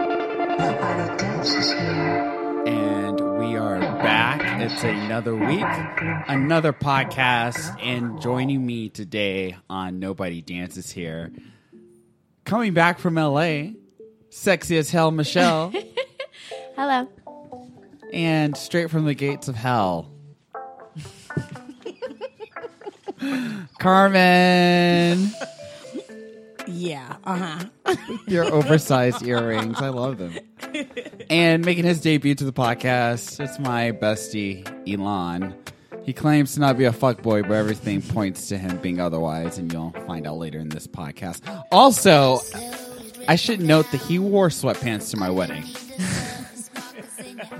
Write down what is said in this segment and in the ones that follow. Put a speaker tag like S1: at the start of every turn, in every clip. S1: The final touch is here.
S2: and we are back. It's another week, another podcast, and joining me today on Nobody Dances Here, coming back from LA, sexy as hell, Michelle,
S3: Hello.
S2: and straight from the gates of hell, Carmen.
S4: Yeah. Uh huh.
S2: Your oversized earrings, I love them. And making his debut to the podcast, it's my bestie Elon. He claims to not be a fuckboy, but everything points to him being otherwise, and you'll find out later in this podcast. Also, I should note that he wore sweatpants to my wedding.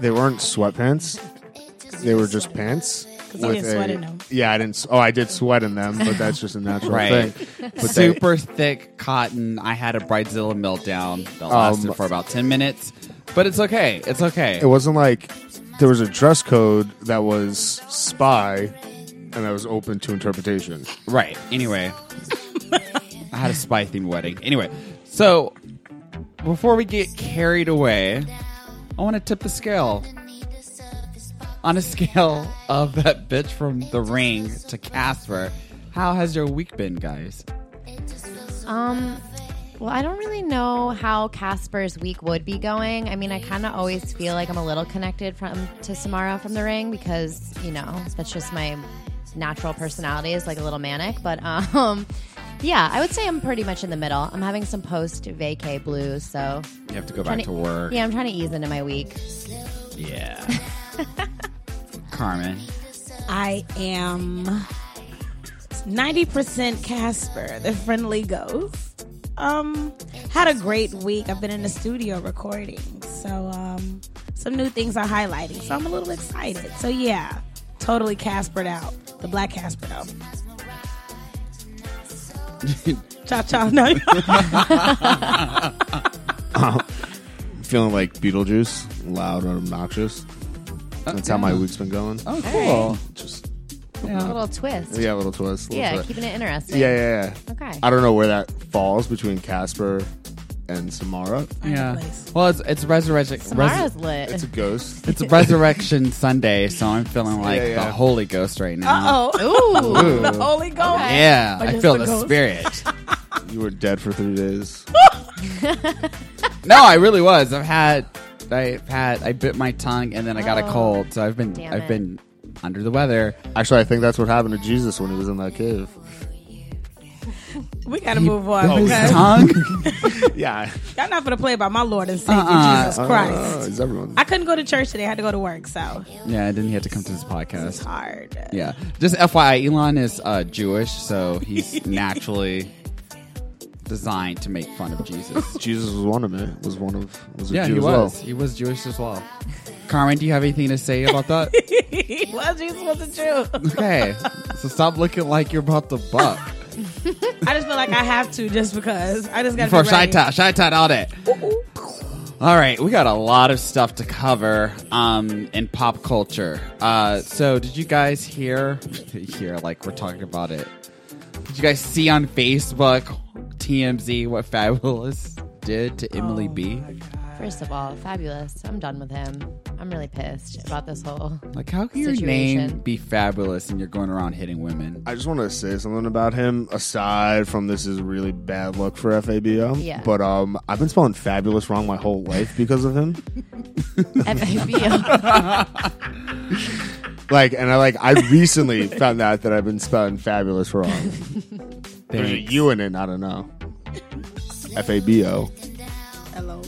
S5: They weren't sweatpants. They were just pants.
S4: you didn't sweat in them.
S5: Yeah, I didn't. s- Oh, I did sweat in them, but that's just a natural
S2: Right.
S5: thing. But they-
S2: Super thick cotton. I had a bridezilla meltdown that lasted
S5: Um,
S2: for about ten minutes. But it's okay. It's okay.
S5: it wasn't like there was a dress code that was spy and that was open to interpretation.
S2: Right. Anyway, I had a spy themed wedding. Anyway, so before we get carried away, I want to tip the scale. On a scale of that bitch from The Ring to Casper, how has your week been, guys?
S3: Um, well, I don't really know how Casper's week would be going. I mean, I kind of always feel like I'm a little connected from to Samara from The Ring because you know that's just my natural personality is like a little manic. But um, yeah, I would say I'm pretty much in the middle. I'm having some post vacay blues, so
S2: You have to go
S3: trying
S2: back to work.
S3: Yeah, I'm trying to ease into my week.
S2: Yeah. Carmen.
S4: I am 90% Casper, the friendly ghost. Um, had a great week. I've been in the studio recording. So, um, some new things are highlighting. So, I'm a little excited. So, yeah, totally Caspered out. The black Casper, though. Cha cha. No.
S5: Feeling like Beetlejuice, loud and obnoxious.
S4: Oh,
S5: That's how my week's been going.
S2: Oh, cool.
S5: Just
S3: A little twist.
S5: Oh. yeah, a little twist. a little
S3: Yeah,
S5: twist.
S3: keeping it interesting.
S5: yeah, yeah, yeah.
S3: Okay.
S5: I don't know where that falls between Casper and Samara.
S2: Yeah.
S4: place.
S2: Well, it's, it's resurrection.
S3: Samara's lit.
S5: It's a ghost.
S2: it's resurrection Sunday, so I'm feeling like
S5: Yeah, yeah.
S2: the Holy Ghost right now.
S4: Uh oh.
S3: Ooh.
S4: The Holy Ghost.
S2: Yeah,
S4: Like
S2: I
S4: it's
S2: feel
S4: the
S2: the
S4: ghost.
S2: spirit.
S5: You were dead for three days.
S2: no, I really was. I've had, I've had, I bit my tongue and then I got a cold, so I've been,
S3: damn
S2: I've
S3: it.
S2: been under the weather.
S5: Actually, I think that's what happened to Jesus when he was in that cave.
S4: We got to move on.
S2: His
S4: because
S2: tongue.
S5: Yeah.
S4: Y'all not gonna play about my Lord and Savior
S2: Uh-uh.
S4: Jesus Christ.
S5: is Oh, everyone?
S4: I couldn't go to church today. I had to go to work, so
S2: yeah, and then he had to come to this
S4: it's
S2: podcast.
S4: hard.
S2: Yeah, just FYI, Elon is uh, Jewish, so he's naturally designed to make fun of Jesus.
S5: Jesus was one of them. Was one of was a
S2: Yeah,
S5: Jew
S2: he
S5: as
S2: was.
S5: well.
S2: He was Jewish as well. Carmen, do you have anything to say about that?
S4: well, Jesus wasn't true.
S2: okay, so stop looking like you're about to buck.
S4: I just feel like I have to just because. I just gotta
S2: for
S4: be
S2: shy
S4: ready.
S2: tot, shy tot all day. All right, we got a lot of stuff to cover um, in pop culture. Uh, so, did you guys hear? Hear like we're talking about it. Did you guys see on Facebook TMZ what Fabulous did to Emily B?
S3: Oh First of all, fabulous. I'm done with him. I'm really pissed about this whole.
S2: Like, how can your
S3: Situation.
S2: name be Fabulous and you're going around hitting women?
S5: I just want to say something about him. Aside from this is really bad luck for FABO.
S3: Yeah.
S5: But um, I've been spelling fabulous wrong my whole life because of him.
S3: FABO.
S5: Like, and I like I recently found out that I've been spelling fabulous wrong. There's a
S2: Thanks.
S5: U in it. and I don't know. FABO.
S4: Hello.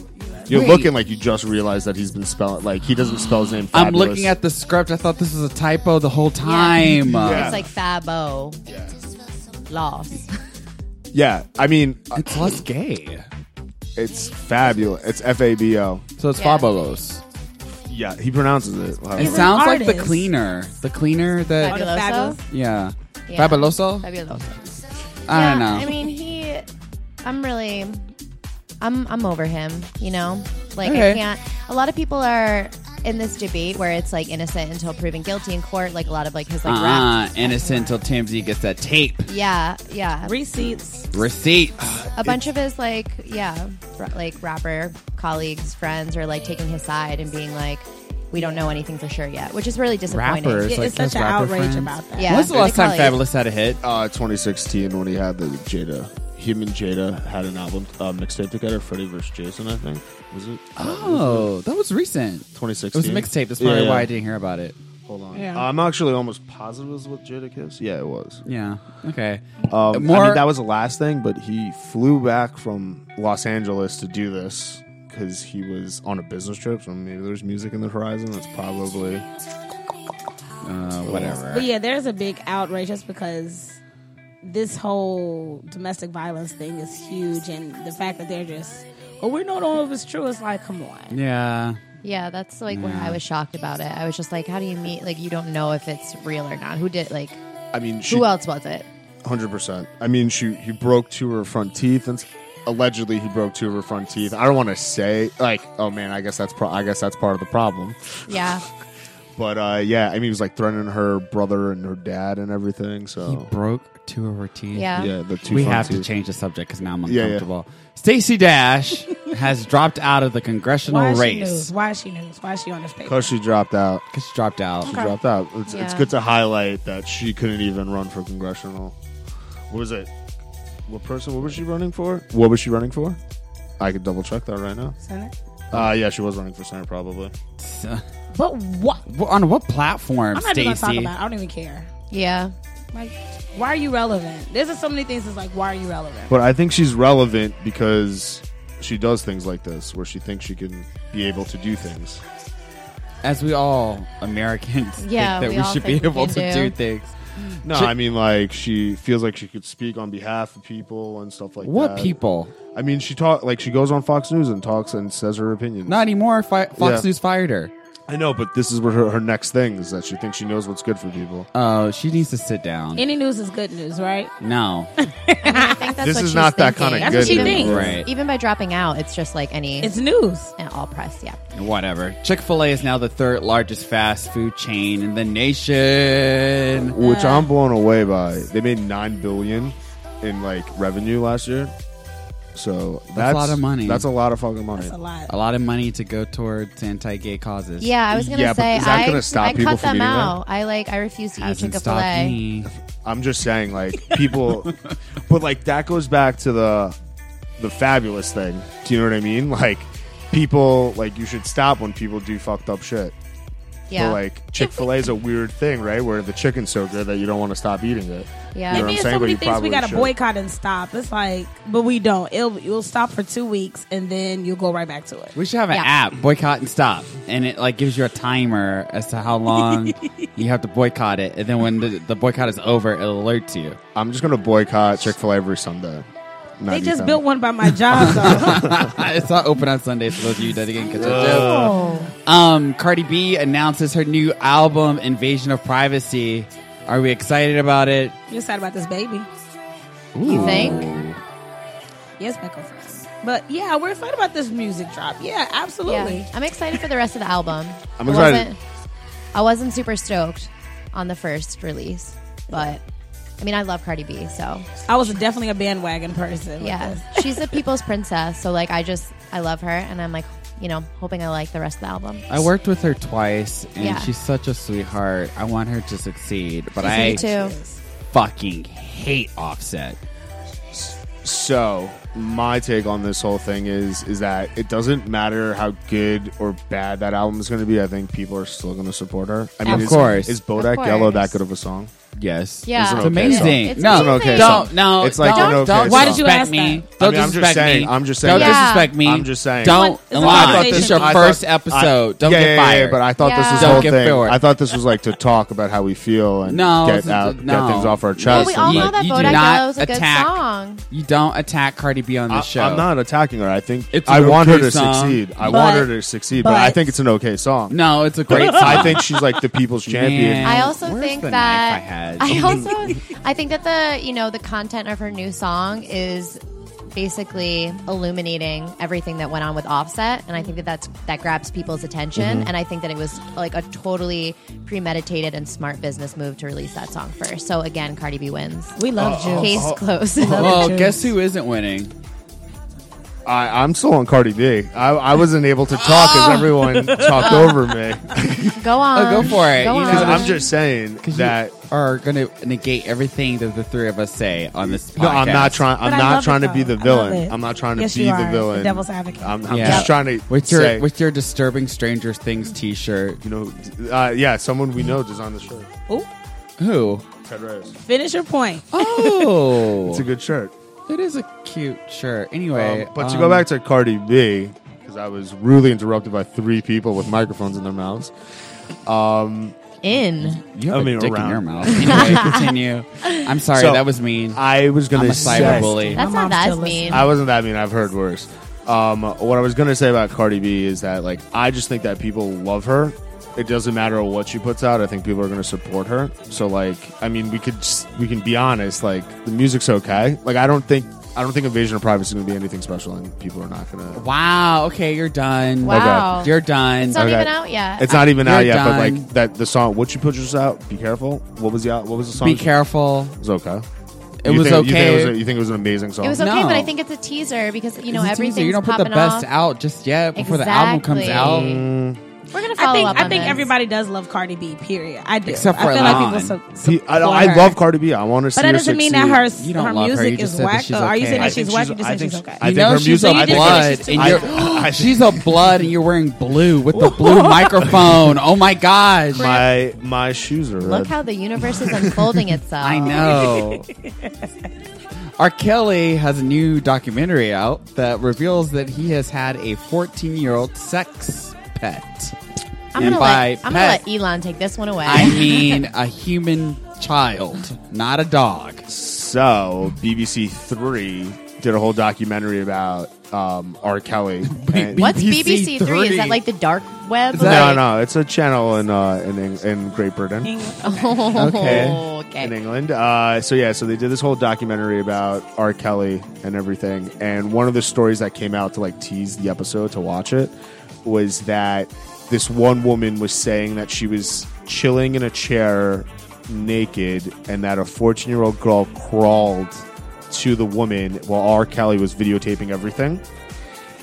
S5: You're
S2: Wait.
S5: looking like you just realized that he's been spelling like he doesn't spell his name.
S2: I'm
S5: fabulous.
S2: looking at the script. I thought this was a typo the whole time.
S5: Yeah.
S3: It's like Fabo. Loss.
S5: yeah. I mean, uh,
S2: It's less gay.
S5: it's fabulous. It's FABO.
S2: So it's
S3: Yeah.
S2: Fabulous.
S5: Yeah, he pronounces it. Wow.
S2: It
S4: an
S2: sounds like the
S4: artist.
S2: cleaner. The cleaner that
S4: Fabulous.
S3: Fabuloso.
S2: yeah.
S3: Yeah.
S2: Fabuloso?
S3: Fabuloso.
S2: I don't know.
S3: Yeah, I mean, he. I'm really. I'm I'm over him. You know, like
S2: Okay.
S3: I can't. A lot of people are in this debate where it's like innocent until proven guilty in court, like a lot of like his like
S2: uh-uh,
S3: raps.
S2: innocent till Timsy gets that tape
S3: Yeah, yeah.
S4: Receipts.
S2: receipt.
S3: A bunch of his like yeah, ra- like rapper colleagues, friends are like taking his side and being like, we don't know anything for sure yet, which is really disappointing.
S2: Rappers.
S4: Yeah,
S2: like
S4: it's such
S2: his
S4: an
S2: rapper
S4: outrage
S2: friends.
S4: about that.
S3: Yeah.
S2: When's the
S3: they
S2: last time
S3: call it-
S2: Fabulous had a hit?
S5: Uh, 2016 when he had the Jada. Him and Jada had an album uh, mixtape together, Freddy vs. Jason, I think. Was it?
S2: Oh, that was recent. It
S5: 2016.
S2: was a mixtape. That's probably
S5: Yeah,
S2: why I
S5: yeah.
S2: didn't hear about it.
S5: Hold on. Uh,
S4: Yeah.
S5: I'm actually almost positive it was with Jada Kiss. Yeah, it was.
S2: Yeah. Okay.
S5: Um, I
S2: More-
S5: mean, that was the last thing, but he flew back from Los Angeles to do this because he was on a business trip. So maybe there's music in the horizon. That's probably
S2: Uh, whatever.
S4: But yeah, there's a big outrage just because this whole domestic violence thing is huge, and the fact that they're just, well, we don't know if it's true. It's like, come on.
S2: Yeah.
S3: Yeah, that's like where
S5: Mm.
S3: I was shocked about it. I was just like, how do you meet? Like, you don't know if it's real or not. Who did like?
S5: I mean, she
S3: Who else was it?
S5: hundred percent. I mean, she he broke two of her front teeth, and s- allegedly he broke two of her front teeth. I don't want to say like, oh man, I guess that's pro- I guess that's part of the problem.
S3: Yeah,
S5: But uh, yeah, I mean, he was like threatening her brother and her dad and everything.
S2: He
S5: So
S2: broke two of her teeth.
S3: yeah.
S5: yeah, the two.
S2: We
S5: front
S2: have to
S5: teeth.
S2: change the subject because now I'm
S5: Yeah, yeah.
S2: uncomfortable. Stacey Dash has dropped out of the congressional
S4: Why is she
S2: race
S4: news? Why is she news? Why is she on this paper?
S5: Cause she dropped out.
S2: because she dropped out.
S5: She dropped out. It's, it's
S3: Yeah.
S5: good to highlight that she couldn't even run for congressional. What was it? What person? What was she running for? What was she running for? I could double check that right now.
S4: Senate?
S5: Uh, yeah, she was running for senate probably.
S2: So-
S4: But what?
S2: Wh- on what platform,
S4: I'm not even gonna talk
S2: Stacey?
S4: about. It. I don't even care.
S3: yeah.
S4: Like, why are you relevant? There's just so many things. That's like, why are you relevant?
S5: But I think she's relevant because she does things like this, where she thinks she can be able to do things.
S2: As we all Americans
S3: Yeah,
S2: think
S3: we
S2: that we,
S3: all
S2: should be
S3: think we
S2: able
S3: can
S2: to do,
S3: do.
S2: things.
S5: No, I mean like she feels like she could speak on behalf of people and stuff like
S2: What
S5: that.
S2: people?
S5: I mean, she talk like she goes on Fox News and talks and says her opinion.
S2: Not anymore. Fi- Fox
S5: Yeah.
S2: News fired her.
S5: I know, but this is where her, her next thing is that she thinks she knows what's good for people.
S2: Oh, she needs to sit down.
S4: Any news is good news, right?
S2: no.
S3: I think that's
S5: This
S3: what
S5: is
S3: she's
S5: not that
S3: thinking.
S5: kinda
S4: That's what she
S3: Even-
S4: thinks.
S2: Right.
S3: Even by dropping out, it's just like any
S4: It's news.
S3: and all press. Yeah.
S2: Whatever. Chick fil A is now the third largest fast food chain in the nation.
S5: which I'm blown away by. They made nine billion in like revenue last year, so that's,
S2: lot of money.
S5: That's a lot of fucking money.
S4: It's a lot.
S2: A lot of money to go towards anti gay causes.
S3: Yeah, I was gonna
S5: Yeah, but
S3: say
S5: is that
S3: I,
S5: gonna stop
S3: I
S5: people
S3: cut
S5: from
S3: them
S5: eating that?
S3: out. I like I refuse to eat
S2: Hasn't
S3: Chick Fil
S2: stopped
S3: A.
S2: me.
S5: I'm just saying, like people, but like that goes back to the the fabulous thing. Do you know what I mean? Like people, like you should stop when people do fucked up shit.
S3: Yeah,
S5: But like Chick Fil A is a weird thing, right? Where the chicken's so good that you don't want to stop eating it. you
S3: Yeah.
S4: They
S5: know what I'm
S4: mean
S5: saying?
S4: so
S5: But
S4: many
S5: you
S4: things we
S5: probably
S4: gotta
S5: should.
S4: boycott and stop. It's like, but we don't. It'll you'll stop for two weeks and then you'll go right back to it.
S2: We should have an
S3: Yeah.
S2: app, boycott and stop, and it like gives you a timer as to how long you have to boycott it, and then when the, the boycott is over, it alerts you.
S5: I'm just gonna boycott Chick Fil A every Sunday. Not
S4: They just
S5: anytime.
S4: built one by my job. though.
S2: it's not open on Sundays for those of you that didn't catch it. Um, Cardi B announces her new album, Invasion of Privacy. Are we excited about it?
S4: You're sad about this baby.
S3: you think?
S4: Yes, Michael Friends. But yeah, we're excited about this music drop. Yeah, absolutely.
S3: Yeah, I'm excited for the rest of the album.
S5: I'm excited.
S3: I wasn't, I wasn't super stoked on the first release, but I mean, I love Cardi B, so
S4: I was definitely a bandwagon person. with
S3: yeah,
S4: this.
S3: she's a people's princess. So like, I just I love her, and I'm like, you know, hoping I like the rest of the album.
S2: I worked with her twice, and
S3: Yeah.
S2: she's such a sweetheart. I want her to succeed, but I
S3: Me too.
S2: fucking hate Offset.
S5: So my take on this whole thing is is that it doesn't matter how good or bad that album is going to be. I think people are still going to support her. I mean,
S2: Of
S5: is,
S2: course.
S5: is Bodak
S3: Of
S5: Yellow
S3: course.
S5: that good of a song?
S2: Yes,
S3: Yeah.
S2: it's
S3: It's an okay
S2: amazing.
S3: song. It's
S2: no,
S3: an okay
S2: don't
S5: song.
S2: no.
S5: It's like
S2: don't,
S5: an okay
S2: don't
S5: Why did
S4: you
S2: disrespect
S4: ask
S2: me.
S4: that?
S2: Don't
S5: I mean, I'm just
S2: disrespect
S5: saying-
S2: me.
S5: I'm just saying
S2: Don't
S3: that.
S2: disrespect me.
S5: I'm just saying.
S2: Don't
S4: It's a
S2: lie.
S4: conversation.
S2: This is your
S4: I
S5: thought-
S2: first episode. don't
S5: yeah,
S2: get
S5: yeah, yeah,
S2: fired.
S5: yeah, but I thought this was
S3: Yeah.
S5: the whole
S2: Don't get
S5: thing.
S2: fired.
S5: I thought this was like to talk about how we feel and
S2: No, it's-
S5: get
S2: it's-
S5: out,
S2: no.
S5: get things off our
S3: Well,
S5: chest.
S3: we
S2: Listen,
S3: all
S5: and,
S2: you-
S3: know
S5: like,
S3: that
S2: you do
S3: Bodak
S2: not
S3: Yellow is a good
S2: attack-
S3: song.
S2: you don't attack Cardi B on the show.
S5: I, am not attacking her. I think
S2: It's
S5: I
S2: an
S5: want
S2: okay
S5: her to
S2: song.
S5: succeed. I
S4: But-
S5: want her to succeed, but, I
S4: but-
S5: think it's an okay song.
S2: No, it's a great song.
S5: I think she's like the people's champion.
S2: Man.
S3: I also
S2: Oh, Where's
S3: think
S2: the
S3: that
S2: knife I had?
S3: also I think that the you know the content of her new song is basically illuminating everything that went on with Offset, and I think that that's, that grabs people's attention,
S2: Mm-hmm.
S3: and I think that it was like a totally premeditated and smart business move to release that song first. So again, Cardi B wins.
S4: We love Juice.
S3: Case closed.
S2: Well,
S4: Cheers.
S2: guess who isn't winning?
S5: I, I'm still on Cardi B. I, I wasn't able to talk
S2: Oh.
S5: because everyone talked over me.
S3: go on.
S2: go for it.
S3: Go
S2: You
S3: on.
S2: know,
S5: I'm just saying that.
S2: Are going to negate everything that the three of us say on this podcast.
S5: No, I'm not trying. I'm
S4: But I
S5: not
S4: love
S5: trying
S4: it,
S5: to be
S4: though.
S5: the
S4: I love
S5: villain.
S4: it.
S5: I'm not trying to
S4: Yes,
S5: be
S4: you
S5: the
S4: are. The
S5: villain.
S4: devil's advocate.
S5: I'm, I'm
S2: Yeah.
S5: just trying to
S2: with your
S5: say,
S2: with your disturbing Stranger Things T-shirt.
S5: you know, uh, yeah, someone we know is on the shirt.
S4: Ooh,
S2: Who?
S5: Ted Rose.
S4: finish your point.
S2: Oh,
S5: It's a good shirt.
S2: it is a cute shirt. Anyway,
S5: Um, but to
S2: um,
S5: go back to Cardi B, because I was rudely interrupted by three people with microphones in their mouths.
S3: in.
S2: you have
S5: I
S2: a
S5: mean,
S2: dick in
S5: around.
S2: your mouth. Anyway, continue. I'm sorry,
S5: So,
S2: that was mean.
S5: I was going
S2: I'm a
S5: to say.
S2: cyberbully.
S3: That's
S4: My
S3: not
S4: mom
S3: that
S4: still
S3: mean.
S5: I wasn't that mean. I've heard worse. Um, what I was going to say about Cardi B is that, like, I just think that people love her. It doesn't matter what she puts out. I think people are going to support her. So, like, I mean, we could s- we can be honest. Like, the music's okay. Like, I don't think I don't think Invasion of Privacy is going to be anything special, and people are not going to.
S2: Wow. Okay, you're done.
S3: Wow.
S2: You're done.
S3: It's not
S5: Okay.
S3: even out yet.
S5: It's not even
S2: You're
S5: out yet,
S2: done.
S5: but like that the song. What she pushes out? Be careful. What was the out? What was the song?
S2: Be careful.
S5: It was okay.
S2: It
S5: You
S2: was
S5: think- you think it
S2: okay.
S5: was a- You think it was an amazing song?
S3: It was okay,
S2: No.
S3: but I think it's a teaser because you know
S2: It's a teaser.
S3: everything's
S2: You don't put
S3: popping
S2: the best
S3: off.
S2: out just yet before the album comes out.
S3: Exactly.
S5: Um,
S3: We're gonna follow
S4: I think
S3: up.
S4: I
S3: on
S4: think
S3: this.
S4: everybody does love Cardi B. Period. I do.
S2: Except for
S4: I feel
S2: Lon.
S4: like people su-
S5: He- I, I
S4: support
S5: love
S4: her.
S5: Cardi B. I want to see
S4: But that
S5: her
S4: doesn't mean that
S5: succeed.
S4: her
S2: You don't
S4: her
S2: love her. You
S4: music
S2: just
S4: is
S2: said that
S4: whack.
S2: she's
S4: though. Are you
S2: okay.
S4: saying
S2: I
S4: that she's whack? You
S5: I
S4: just said
S5: think
S4: she's okay.
S5: I
S2: You
S5: think
S2: know
S5: her
S2: she's
S5: music.
S2: a
S5: I think-
S2: blood, and
S5: I-
S2: you're-
S5: I think
S2: She's a blood, and you're wearing blue with the blue microphone. Oh my god!
S5: my my shoes are
S3: Look
S5: red.
S3: how the universe is unfolding itself.
S2: I know. Um, R. Kelly has a new documentary out that reveals that he has had a 14 year old sex pet.
S3: I'm
S2: And
S3: gonna,
S2: by
S3: let, I'm gonna
S2: pet,
S3: let Elon take this one away.
S2: I mean a human child, not a dog.
S5: so BBC Three did a whole documentary about um, R. Kelly. And-
S3: What's
S2: BBC
S3: BBC Three? Is that
S2: 30?
S3: like the dark web?
S2: that-
S5: no,
S3: Like-
S5: no, it's a channel in uh, in Eng- in Great Britain.
S3: Oh,
S2: Okay.
S3: okay.
S5: in England. Uh, so yeah, so they did this whole documentary about R. Kelly and everything. And one of the stories that came out to like tease the episode to watch it was that this one woman was saying that she was chilling in a chair naked, and that a 14 year old girl crawled to the woman while R. Kelly was videotaping everything.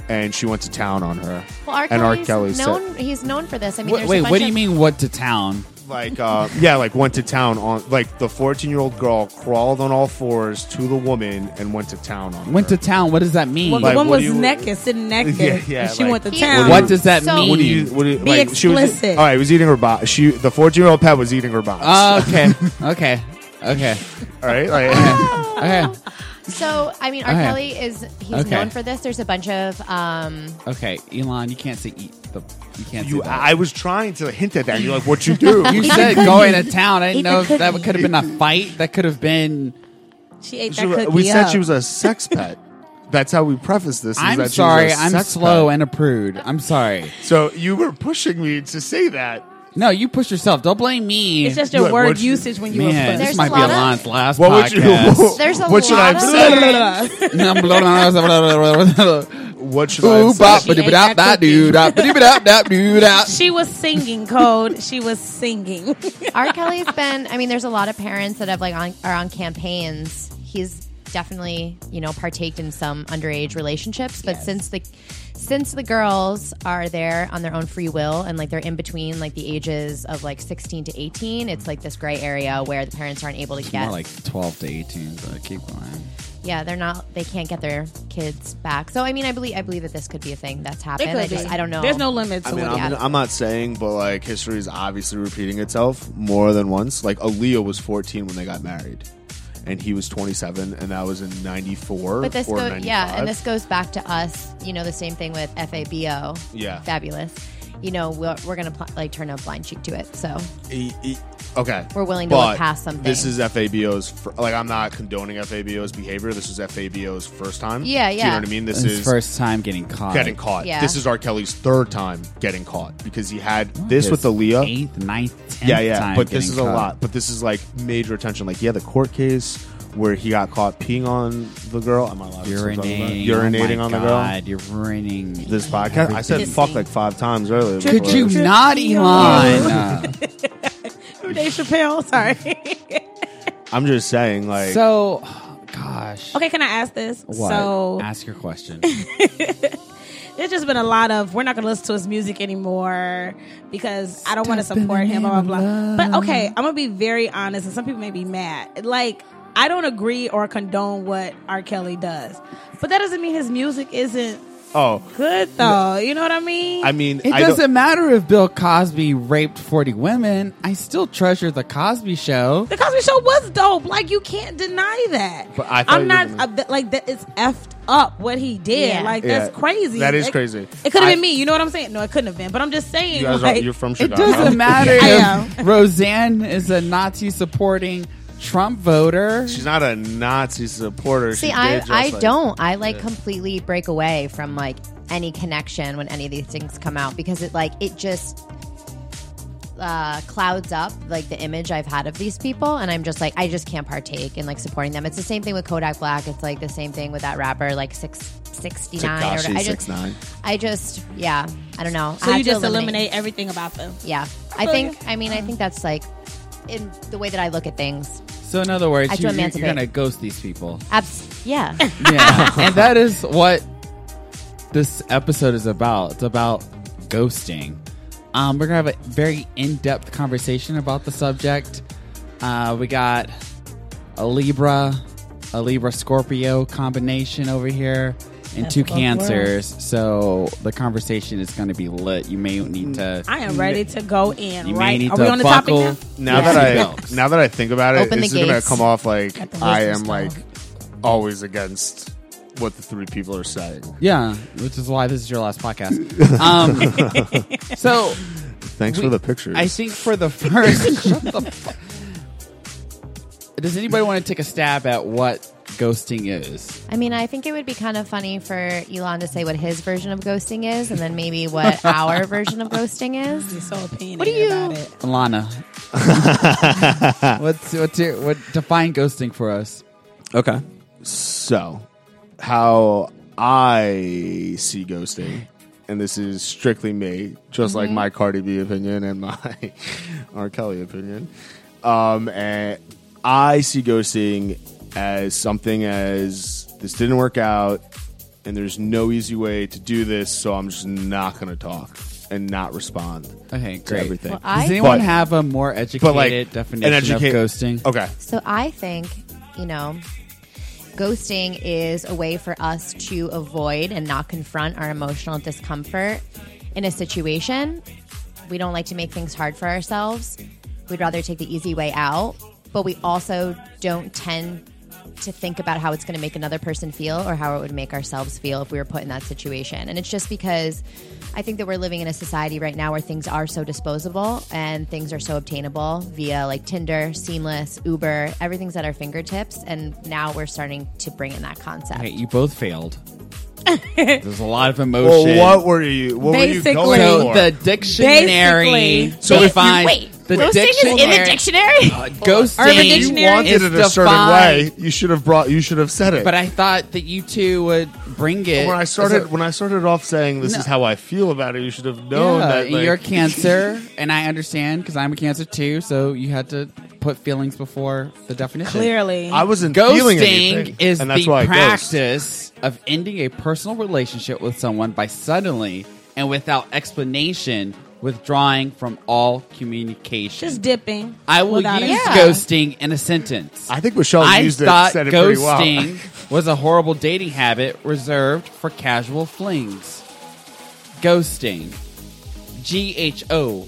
S5: And she went to town on her.
S3: Well, R.
S5: and
S3: Kelly's
S5: said-
S3: known. He's known for this. I mean,
S2: Wait,
S3: there's
S2: wait,
S3: a bunch
S2: what do
S3: of-
S2: you mean? What to town?
S5: like uh, yeah like went to town on like the 14 year old girl crawled on all fours to the woman and went to town on
S2: Went
S5: her.
S2: to town. What does that mean?
S4: Well,
S5: Like,
S4: the one
S5: what
S4: was
S5: do you-
S4: naked, sitting naked,
S5: Yeah, yeah,
S4: and she
S5: like-
S4: went to
S3: He-
S4: town.
S2: What does that
S3: So-
S2: mean?
S5: what do you what do you
S4: Be
S5: like she was all
S4: explicit.
S5: right was eating her box she the 14 year old pet was eating her box
S2: Oh, okay, okay, okay,
S5: all right like
S2: okay,
S3: So, I mean, R.
S2: Okay.
S3: Kelly is he's
S2: Okay.
S3: known for this. There's a bunch of um,
S2: okay. Elon, you can't say eat the. You can't.
S5: you
S2: say that.
S5: I was trying to hint at that you're like what you do
S2: You said going to town. I didn't know if that could have been a fight. That could have been.
S4: She ate
S5: She
S4: that
S5: wa-
S4: cookie.
S5: we said
S4: up.
S5: she was a sex pet that's how we preface this is
S2: I'm
S5: that she was
S2: sorry.
S5: a
S2: I'm
S5: sex
S2: slow
S5: pet.
S2: and a prude. I'm sorry.
S5: so you were pushing me to say that
S2: No, you push yourself. Don't blame me.
S4: It's just your
S5: Look,
S4: word
S5: what's-
S4: usage when you
S2: man.
S4: were
S2: This
S3: There's
S2: might
S4: put.
S3: a
S2: be
S3: lot of-
S2: Alon's last
S5: what would you
S2: podcast.
S3: There's a
S5: what should I
S3: lot
S5: have
S3: of-
S5: said what should I
S2: Ooh,
S5: have
S2: bop,
S5: said
S4: She
S2: ba-dee,
S4: ate
S2: ba-dop,
S4: that
S2: da,
S4: cookie.
S2: doo, da, ba-dee, ba-dop, da, doo, da.
S4: She was singing code. She was singing.
S3: R. Kelly's been. I mean, there's a lot of parents that have like on are on campaigns. He's definitely you know partaked in some underage relationships, but since the since the girls are there on their own free will and like they're in between like the ages of like 16 to 18, it's like this gray area where the parents aren't able to
S2: More
S3: get.
S2: like 12 to 18, but keep going.
S3: yeah, they're not. They can't get their kids back. So I mean, I believe I believe that this could be a thing that's happened. I just I don't know.
S4: There's no limit to
S5: I mean,
S4: what.
S5: I'm,
S3: yeah.
S5: I'm not saying, but like history is obviously repeating itself more than once. Like Aaliyah was 14 when they got married, and he was 27, and that was in '94
S3: But this
S5: or
S3: goes, yeah,
S5: '95.
S3: and this goes back to us. You know, the same thing with FABO.
S5: Yeah.
S3: fabulous. You know, we're, we're gonna pl- like turn a blind cheek to it. So
S5: E- e- okay,
S3: We're willing to
S5: but
S3: look past something.
S5: This is FABO's. Fir- like, I'm not condoning FABO's behavior. This is FABO's first time.
S3: Yeah,
S5: Do you
S3: yeah.
S5: know what I mean? This
S2: This
S5: is
S2: is first time getting caught.
S5: getting caught.
S3: Yeah.
S5: This is R. Kelly's third time getting caught because he had this
S2: His
S5: with Aaliyah.
S2: Eighth, ninth, tenth
S5: yeah, yeah.
S2: time
S5: but this
S2: getting
S5: is a
S2: caught.
S5: lot. But this is like major attention. Like, yeah, the court case. where he got caught peeing on the girl. Am I allowed to talk about that?
S2: urinating, Oh
S5: urinating
S4: Oh
S5: on the girl?
S2: the girl. You're ruining
S5: This podcast, I said
S2: Everything.
S5: fuck like five times earlier.
S4: Could
S2: Could
S5: before.
S2: you
S4: Trip
S2: not,
S4: me
S2: Elon?
S4: Dave Chappelle. Sorry.
S5: I'm just saying, like,
S2: so, gosh.
S4: okay, can I ask this?
S2: What?
S4: So
S2: Ask your question.
S4: there's just been a lot of we're not going to listen to his music anymore because I don't want to
S2: Step in
S4: support
S2: the
S4: him, blah,
S2: name
S4: blah,
S2: of
S4: blah. But
S2: love.
S4: okay, I'm going to be very honest, and some people may be mad. Like, I don't agree or condone what R. Kelly does, but that doesn't mean his music isn't
S5: oh,
S4: good, though. You know what I mean?
S5: I mean,
S2: It
S5: I don't-
S2: doesn't matter if Bill Cosby raped 40 women. I still treasure the Cosby show.
S4: the Cosby Show was dope. Like, you can't deny that.
S5: But I thought
S4: I'm
S5: you
S4: not
S5: didn't-
S4: uh, that- like that. It's effed up what he did.
S3: Yeah.
S4: Like,
S5: Yeah.
S4: that's crazy.
S5: That is
S4: It-
S5: crazy.
S4: It could have
S5: I-
S4: been me. You know what I'm saying? No, it couldn't have been. But I'm just saying.
S5: you guys are,
S4: like,
S5: you're from
S2: It
S5: Chicago.
S2: doesn't matter
S4: I am.
S2: if Roseanne is a Nazi supporting Trump voter.
S5: She's not a Nazi supporter.
S3: See,
S5: She
S3: I,
S5: did just,
S3: I
S5: like-
S3: don't. I like completely break away from like any connection when any of these things come out because it like it just uh, clouds up like the image I've had of these people, and I'm just like I just can't partake in like supporting them. It's the same thing with Kodak Black. It's like the same thing with that rapper like six sixty nine. Or,
S5: Tekashi
S3: I just
S5: 69.
S3: I just yeah. I don't know.
S4: So
S3: I have
S4: you
S3: to
S4: just eliminate everything about them.
S3: Yeah, I think. I mean, I think that's like in the way that I look at things.
S2: So, in other words,
S3: I have to
S2: you, are
S3: emancipate.
S2: going to ghost these people.
S3: Abs- yeah.
S2: Yeah. and that is what this episode is about. It's about ghosting. Um, we're going to have a very in depth conversation about the subject. Uh, we got a Libra, a Libra Scorpio combination over here, and two
S4: both worlds.
S2: Cancers. So the conversation is going to be lit. You may need to.
S4: Mm. I am ready to go in.
S2: you may
S4: right?
S2: need
S4: Are
S2: to
S4: we on the
S2: buckle.
S4: topic now?
S5: Now
S2: your
S5: that
S2: seatbelts.
S5: I now that I think about it,
S3: Open the
S5: this is gonna
S3: gates.
S5: come off like
S3: Got the
S5: I am
S3: wisdom
S5: like
S3: stone.
S5: always against what the three people are saying.
S2: Yeah, which is why this is your last podcast. Um, so
S5: Thanks
S2: We-
S5: for the pictures.
S2: I think for the first. Shut the fu- Does anybody want to take a stab at what ghosting is?
S3: I mean, I think it would be kind of funny for Elon to say what his version of ghosting is, and then maybe what our version of ghosting is.
S4: You're so opinionated
S3: What do you-
S4: about it.
S2: Alana. what's what's your, what define ghosting for us?
S5: Okay. So, how I see ghosting, and this is strictly me, just like
S2: Mm-hmm.
S5: my Cardi B opinion and my R. Kelly opinion. Um, and I see ghosting as something as this didn't work out, and there's no easy way to do this, so I'm just not going to talk and not respond
S2: Okay,
S5: to
S2: great.
S5: everything.
S3: Well, I-
S2: Does anyone
S5: But-
S2: have a more educated
S5: but like an
S2: definition of
S5: educate-
S2: ghosting?
S5: Okay.
S3: So I think, you know, ghosting is a way for us to avoid and not confront our emotional discomfort in a situation. We don't like to make things hard for ourselves. We'd rather take the easy way out, but we also don't tend to think about how it's going to make another person feel or how it would make ourselves feel if we were put in that situation. And it's just because I think that we're living in a society right now where things are so disposable and things are so obtainable via like Tinder, Seamless, Uber, everything's at our fingertips. And now we're starting to bring in that concept.
S2: Okay, you both failed. There's a lot of
S5: Well,
S2: emotion.
S5: what were you? What
S4: Basically-
S5: were you going
S2: so
S5: for?
S2: the dictionary.
S4: Basically-
S2: So
S5: Ba-
S2: if I
S3: Wait,
S2: the Uh,
S3: ghosting is in the dictionary?
S2: Ghosting
S4: Urban
S2: is
S4: Dictionary?
S5: did it a certain
S2: defined-
S5: way, you should have brought. You should have said it.
S2: But I thought that you two would bring it.
S5: when I started, when I started off saying this
S2: No.
S5: is how I feel about it, you should have known
S2: yeah,
S5: that.
S2: and
S5: Like,
S2: you're a cancer, and I understand because I'm a cancer too. So you had to put feelings before the definition.
S4: Clearly.
S5: I wasn't feeling
S2: Ghosting
S5: anything,
S2: is
S5: and that's
S2: the
S5: why I ghost.
S2: practice of ending a personal relationship with someone by suddenly and without explanation withdrawing from all communication.
S4: just dipping.
S2: I will use
S4: without a-
S2: ghosting in a sentence.
S5: I think Michelle
S2: I
S5: used it,
S2: thought
S5: said it pretty well.
S2: ghosting was a horrible dating habit reserved for casual flings. Ghosting. G H O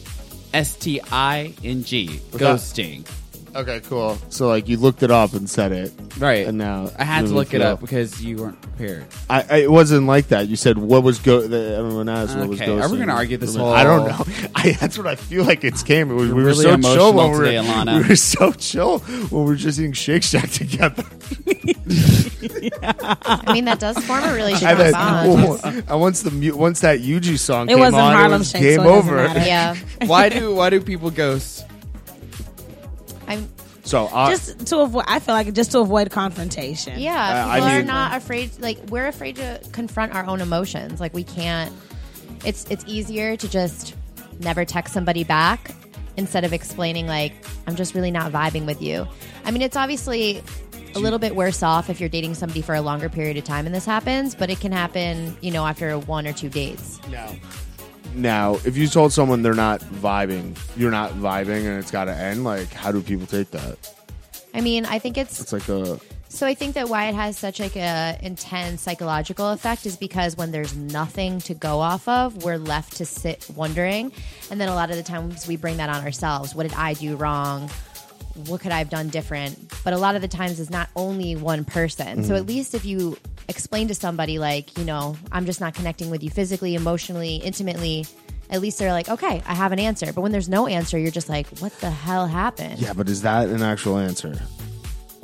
S2: S T I N G.
S5: Without-
S2: Ghosting.
S5: Okay, cool. So like you looked it up and said it,
S2: Right.
S5: And now
S2: I had to look it
S5: Yeah.
S2: up because you weren't prepared.
S5: I, I it wasn't like that. You said what was go. The, everyone asked what was
S2: Okay, are
S5: ghosting.
S2: we gonna argue this
S5: I don't
S2: whole-
S5: know. I, that's what I feel like it's came. It was, we were
S2: really
S5: so chill when
S2: emotional
S5: we were.
S2: today, Alana.
S5: We were so chill when we were just eating Shake Shack together.
S3: I mean, that does form a really
S5: I
S3: strong
S5: bet-
S3: bond.
S5: and once the mu- once that Yuji song
S4: It
S5: came
S4: wasn't
S5: on, it
S4: Harlem
S5: was
S4: Shake,
S5: game
S4: so it doesn't
S5: over.
S4: matter.
S3: Yeah.
S2: Why do why do people ghost?
S3: I'm
S5: So uh, I,
S4: just to avoid. I feel like just to avoid confrontation.
S3: Yeah,
S5: I- I
S3: people are
S5: mean-
S3: not afraid. Like we're afraid to confront our own emotions. Like we can't. It's it's easier to just never text somebody back instead of explaining like I'm just really not vibing with you. I mean, it's obviously a little bit worse off if you're dating somebody for a longer period of time and this happens, but it can happen, you know, after one or two dates.
S5: now if you told someone they're not vibing, you're not vibing, and it's got to end. Like, how do people take that?
S3: I mean, I think it's
S5: It's like a
S3: So I think that why it has such like a intense psychological effect is because when there's nothing to go off of, we're left to sit wondering, and then a lot of the times we bring that on ourselves. What did I do wrong? What could I have done different? But a lot of the times it's not only one person.
S5: Mm-hmm.
S3: So at least if you explain to somebody like, you know, I'm just not connecting with you physically, emotionally, intimately, at least they're like, okay, I have an answer. But when there's no answer, you're just like, what the hell happened?
S5: yeah, but is that an actual answer? Do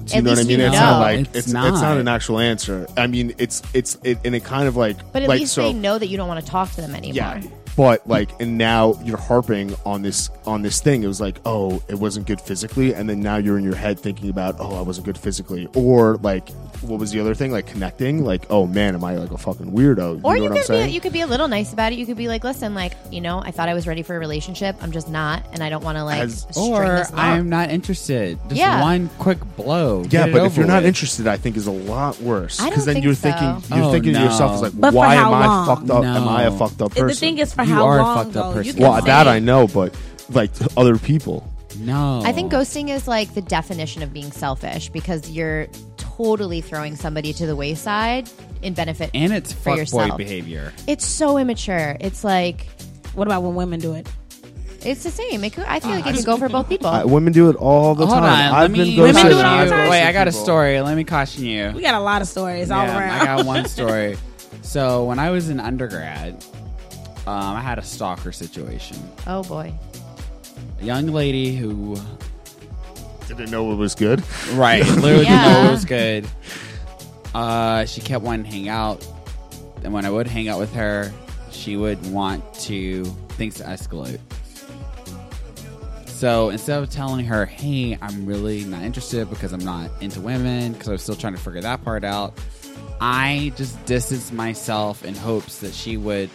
S5: you
S3: At
S5: know what I
S3: least
S5: mean?
S3: you
S5: It's
S3: know.
S5: not like
S2: It's
S5: it's it's
S2: not.
S5: not. an actual answer. I mean, it's it's it, and it kind of like
S3: But at
S5: like
S3: least
S5: so
S3: they know that you don't want to talk to them anymore.
S5: yeah. But like, and now you're harping on this on this thing. It was like, oh, it wasn't good physically, and then now you're in your head thinking about, oh, I wasn't good physically, or like, what was the other thing? Like connecting, like, oh man, am I like a fucking weirdo? You know
S3: Or
S5: what I'm
S3: you could be
S5: saying?
S3: you could be a little nice about it. You could be like, listen, like you know, I thought I was ready for a relationship. I'm just not, and I don't want to like
S5: As-
S3: string
S2: Or
S3: this along.
S2: I'm not interested. Just
S3: Yeah.
S2: one quick blow.
S5: yeah,
S2: Get it
S5: but if
S2: over
S5: you're not
S2: with.
S5: interested, I think is a lot worse
S3: I don't
S5: because then
S3: think
S5: you're
S3: so.
S5: thinking you're
S2: Oh,
S5: thinking
S2: no.
S5: to yourself, it's like,
S4: But for
S5: why
S4: how
S5: am I
S4: long?
S5: fucked up? Am
S2: No.
S5: I a fucked up person?
S4: The thing is, for
S2: You
S4: how
S2: are a
S4: long?
S2: fucked up
S4: though, you
S2: person.
S4: can
S5: well,
S4: say-
S5: that I know, but like to other people,
S2: no,
S3: I think ghosting is like the definition of being selfish because you're totally throwing somebody to the wayside in benefit
S2: and it's
S3: for
S2: fuckboy
S3: yourself.
S2: behavior.
S3: It's so immature. It's like
S4: What about when women do it?
S3: it's the same. It could, I feel like it could go for both people.
S5: Uh, women do it all the
S2: Hold
S5: time.
S2: on,
S5: I've
S2: let me
S5: been ghosted.
S4: Women do it all the time?
S2: Wait, I got a
S5: People.
S2: story. Let me caution you.
S4: We got a lot of stories all
S2: Yeah,
S4: around.
S2: I got one story. so when I was in undergrad, um, I had a stalker situation.
S3: oh boy,
S2: A young lady who,
S5: Didn't know it was good.
S2: right, literally
S3: Yeah.
S2: didn't know it was good. Uh, she kept wanting to hang out, and when I would hang out with her, she would want to things to escalate. So instead of telling her, "Hey, I'm really not interested because I'm not into women," because I was still trying to figure that part out, I just distanced myself in hopes that she would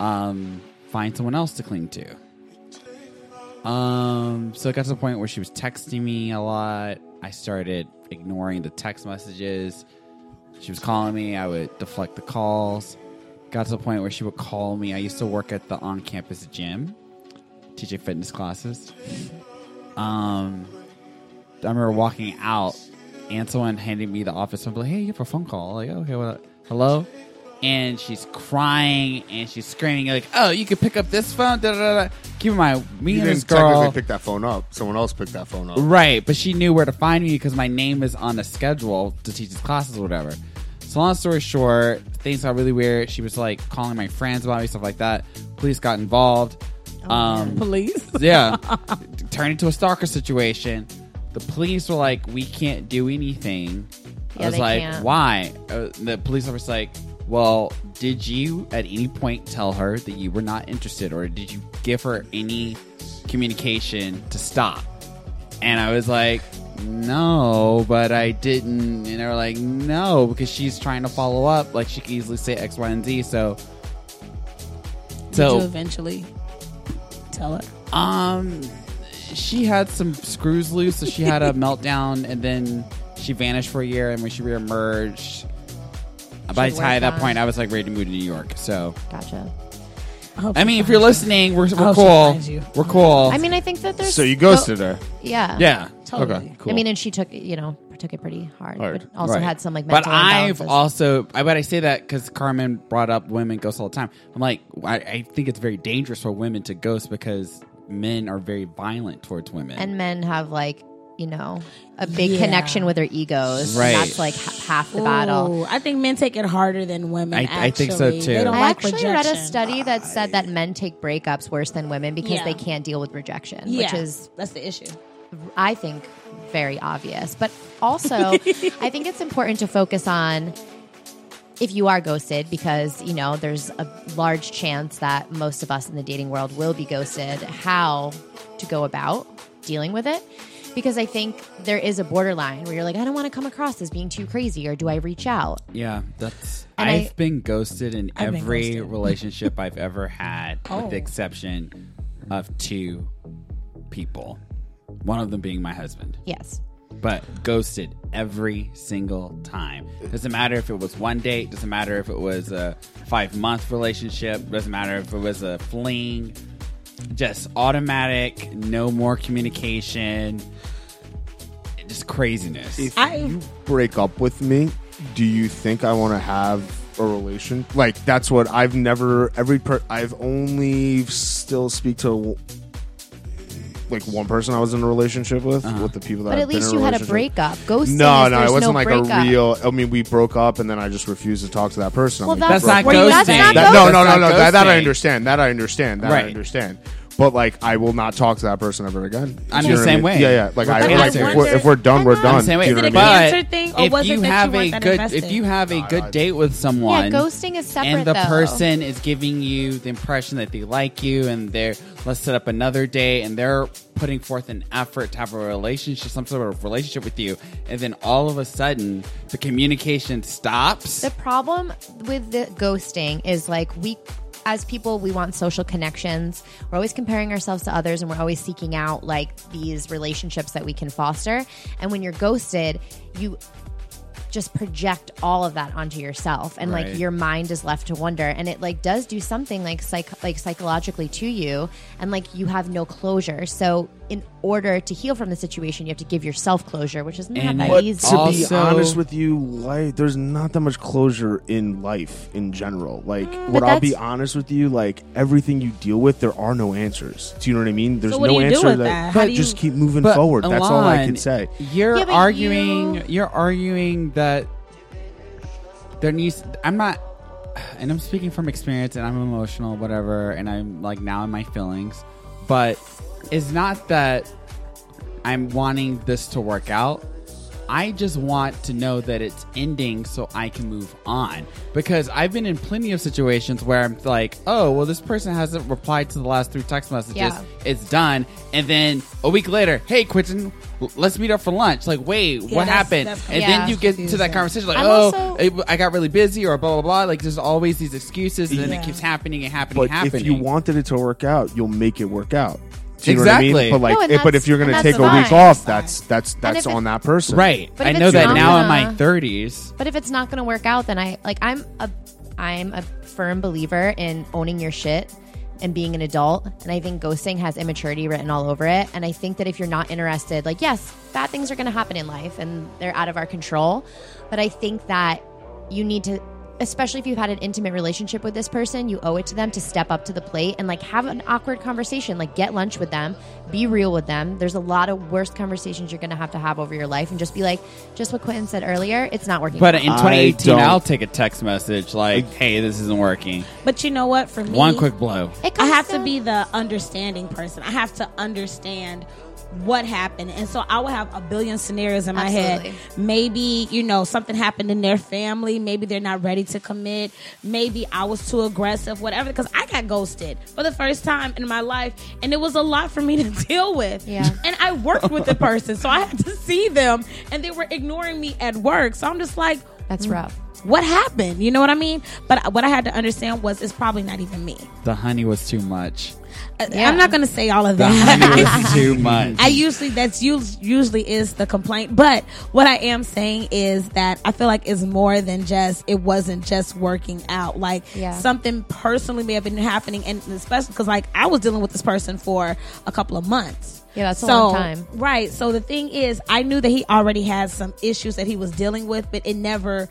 S2: um, find someone else to cling to. Um, so it got to the point where she was texting me a lot. I started ignoring the text messages. She was calling me. I would deflect the calls. Got to the point where she would call me. I used to work at the on-campus gym, teaching fitness classes. Um, I remember walking out, and someone handed me the office. I'm like, "Hey, you have a phone call?" I'm like, "Okay, what? Hello?" And she's crying and she's screaming like, "Oh, you can pick up this phone!" Da, da, da. da." Keep in mind, me
S5: You
S2: and this
S5: didn't
S2: girl,
S5: technically pick that phone up. Someone else picked that phone up.
S2: right? But she knew where to find me because my name is on the schedule to teach these classes or whatever. So long story short, things got really weird. She was like calling my friends about me, stuff like that. Police got involved. um,
S4: Police.
S2: yeah. Turned into a stalker situation. The police were like, we can't do anything. I
S3: Yeah,
S2: was
S3: they
S2: like,
S3: can't.
S2: why? Uh, the police officer's like, well, did you at any point tell her that you were not interested or did you give her any communication to stop? And I was like, no, but I didn't. And they were like, no, because she's trying to follow up. Like, she could easily say X, Y, and Z. So,
S4: Did you eventually tell her?
S2: um, she had some screws loose, so she had a meltdown, and then she vanished for a year. And when she reemerged, by the
S3: Should
S2: time at
S3: work
S2: that
S3: on-
S2: point, I was like ready to move to New York. So,
S3: gotcha.
S4: hope
S2: I
S4: she
S2: mean, if
S4: finds
S2: you're
S4: you.
S2: listening, we're, we're
S4: hope she
S2: cool.
S4: finds you.
S2: We're cool.
S3: I mean, I think that there's
S5: So you ghosted her.
S3: yeah,
S2: yeah.
S4: Totally.
S5: Okay, cool.
S3: I mean, and she took you know took it pretty hard,
S5: Hard.
S3: but also
S2: Right.
S3: had some like.
S2: But
S3: Mental
S2: I've
S3: imbalances.
S2: also, I but I say that because Carmen brought up women ghost all the time. I'm like, I, I think it's very dangerous for women to ghost because men are very violent towards women.
S3: and men have like you know a big
S4: Yeah.
S3: connection with their egos
S2: Right.
S3: And that's like h- half the battle
S4: Ooh, I think men take it harder than women.
S2: I- I think so,
S4: actually.
S2: too.
S4: They don't
S3: i
S4: like
S3: actually read a
S4: rejection.
S3: study that said that men take breakups worse than women because
S4: Yeah.
S3: they can't deal with rejection
S4: Yeah,
S3: which is
S4: that's the issue.
S3: i think very obvious but also i think it's important to focus on if you are ghosted because you know there's a large chance that most of us in the dating world will be ghosted how to go about dealing with it because I think there is a borderline where you're like, I don't want to come across as being too crazy, or do I reach out?
S2: Yeah, that's.
S3: And
S2: I've
S3: I-
S2: been ghosted in
S4: I've been
S2: every
S4: ghosted.
S2: relationship I've ever had, with the
S4: Oh.
S2: exception of two people. One of them being my husband,
S3: Yes.
S2: but ghosted every single time. Doesn't matter if it was one date. Doesn't matter if it was a five month relationship. Doesn't matter if it was a fling. Just automatic, no more communication. Just craziness.
S5: If
S4: I-
S5: you break up with me, do you think I want to have a relation? Like that's what I've never every per, I've only still speak to like one person I was in a relationship with
S2: Uh-huh.
S5: with the people that.
S3: But
S5: I've
S3: at
S5: been
S3: least
S5: in
S3: you had a
S5: relationship-
S3: breakup. Ghosting.
S5: No, no,
S3: is, there's
S5: it wasn't like
S3: breakup.
S5: a real. I mean, we broke up, and then I just refused to talk to that person. I'm
S3: Well,
S5: like,
S3: that's,
S2: That's not
S3: where you- That's
S2: ghosting.
S3: not
S5: that, no, no,
S3: ghosting.
S5: no,
S2: That's
S5: no.
S2: not
S5: That, that I
S2: ghosting.
S5: understand. That I understand. That
S2: Right.
S5: I understand. But like, I will not talk to that person ever again.
S2: I'm
S5: Do
S2: the
S5: you know what I
S2: same
S5: mean?
S2: way.
S5: Yeah, yeah. Like,
S2: We're
S5: I,
S4: And
S5: like
S4: I
S5: if,
S4: wondered-
S5: we're, if we're done, we're
S4: I'm
S5: done.
S4: not-
S2: I'm saying
S5: Do
S2: wait,
S5: you know
S4: Is it a
S5: what I mean?
S2: but
S4: cancer thing, or
S2: if
S4: was it
S2: you
S4: that you
S2: have
S4: weren't
S2: a
S4: that
S2: good
S4: invested?
S2: if you have a good date with
S3: Yeah,
S2: someone
S3: ghosting is separate
S2: and the
S3: though.
S2: person is giving you the impression that they like you and they're let's set up another day and they're putting forth an effort to have a relationship some sort of relationship with you and then all of a sudden the communication stops
S3: The problem with the ghosting is like we as people we want social connections. We're always comparing ourselves to others and we're always seeking out like these relationships that we can foster. And when you're ghosted, you just project all of that onto yourself and
S2: Right.
S3: like your mind is left to wonder and it like does do something like psych like psychologically to you and like you have no closure so in order to heal from the situation you have to give yourself closure which is not
S2: And
S3: that
S2: what
S3: easy
S5: to be
S2: Also-
S5: honest with you, like there's not that much closure in life in general. Like,
S3: but
S5: what I'll be
S3: that's-
S5: honest with you, like everything you deal with, there are no answers. Do you know what I mean? There's
S4: So what do
S5: no
S4: you do
S5: answer
S4: with that?
S5: that.
S4: How do you-
S5: just keep moving
S2: But,
S5: forward. That's all I
S2: Alon,
S5: can say.
S2: You're
S3: Yeah, but
S2: arguing.
S3: you-
S2: You... are arguing that there needs. I'm not, and I'm speaking from experience, and I'm emotional, whatever, and I'm like now in my feelings, but it's not that I'm wanting this to work out. I just want to know that it's ending so I can move on. Because I've been in plenty of situations where I'm like, oh, well, this person hasn't replied to the last three text messages.
S3: Yeah.
S2: It's done. And then a week later, hey, Quentin, l- let's meet up for lunch. Like, wait, what
S4: that's-
S2: happened?
S4: that's
S2: and
S3: Yeah.
S2: then you get to that
S4: confusing.
S2: conversation like,
S3: I'm
S2: oh,
S3: also-
S2: I I got really busy or blah, blah, blah. Like, there's always these excuses. And then
S4: Yeah.
S2: it keeps happening and happening
S5: But
S2: and happening.
S5: if you wanted it to work out, you'll make it work out. Do you know what I
S2: Exactly.
S5: mean? But like,
S3: No, and
S5: if- but
S3: that's-
S5: if you're
S3: and
S5: gonna
S3: that's
S5: take a week
S3: fine.
S5: off, that's that's
S3: And
S5: that's
S3: if it-
S5: on that person,
S2: right.
S3: But
S2: I
S3: if
S2: know
S3: it's
S2: that
S3: not
S2: now in
S3: gonna-
S2: my 30s.
S3: But if it's not going to work out, then I like I'm a I'm a firm believer in owning your shit and being an adult. And I think ghosting has immaturity written all over it. And I think that if you're not interested, like yes, bad things are going to happen in life and they're out of our control. But I think that you need to especially if you've had an intimate relationship with this person you owe it to them to step up to the plate and like have an awkward conversation like get lunch with them be real with them there's a lot of worse conversations you're gonna have to have over your life and just be like just what quentin said earlier it's not working
S2: But
S3: out.
S2: in
S5: I
S2: 2018,
S5: don't-
S2: I'll take a text message like, "Hey, this isn't working."
S4: But you know what? For me,
S2: One quick blow.
S3: It
S4: I
S3: comes
S4: have to be the understanding person. I have to understand what happened. And so I would have a billion scenarios in my head.
S3: Absolutely.
S4: Maybe, you know, something happened in their family. Maybe they're not ready to commit. Maybe I was too aggressive, whatever. Because I got ghosted for the first time in my life. And it was a lot for me to deal with.
S3: Yeah.
S4: And I worked with the person. So I had to see them. And they were ignoring me at work. So I'm just like,
S3: That's rough.
S4: what happened? You know what I mean? But what I had to understand was it's probably not even me.
S2: The honey was too much.
S4: I-
S3: Yeah.
S4: I'm not going to say all of
S2: The honey
S4: that.
S2: was too much.
S4: I usually that's us- usually is the complaint, but what I am saying is that I feel like it's more than just it wasn't just working out. Like
S3: Yeah.
S4: something personally may have been happening, and especially because like I was dealing with this person for a couple of months.
S3: Yeah, that's a
S4: so,
S3: long time.
S4: Right. So the thing is, I knew that he already had some issues that he was dealing with, but it never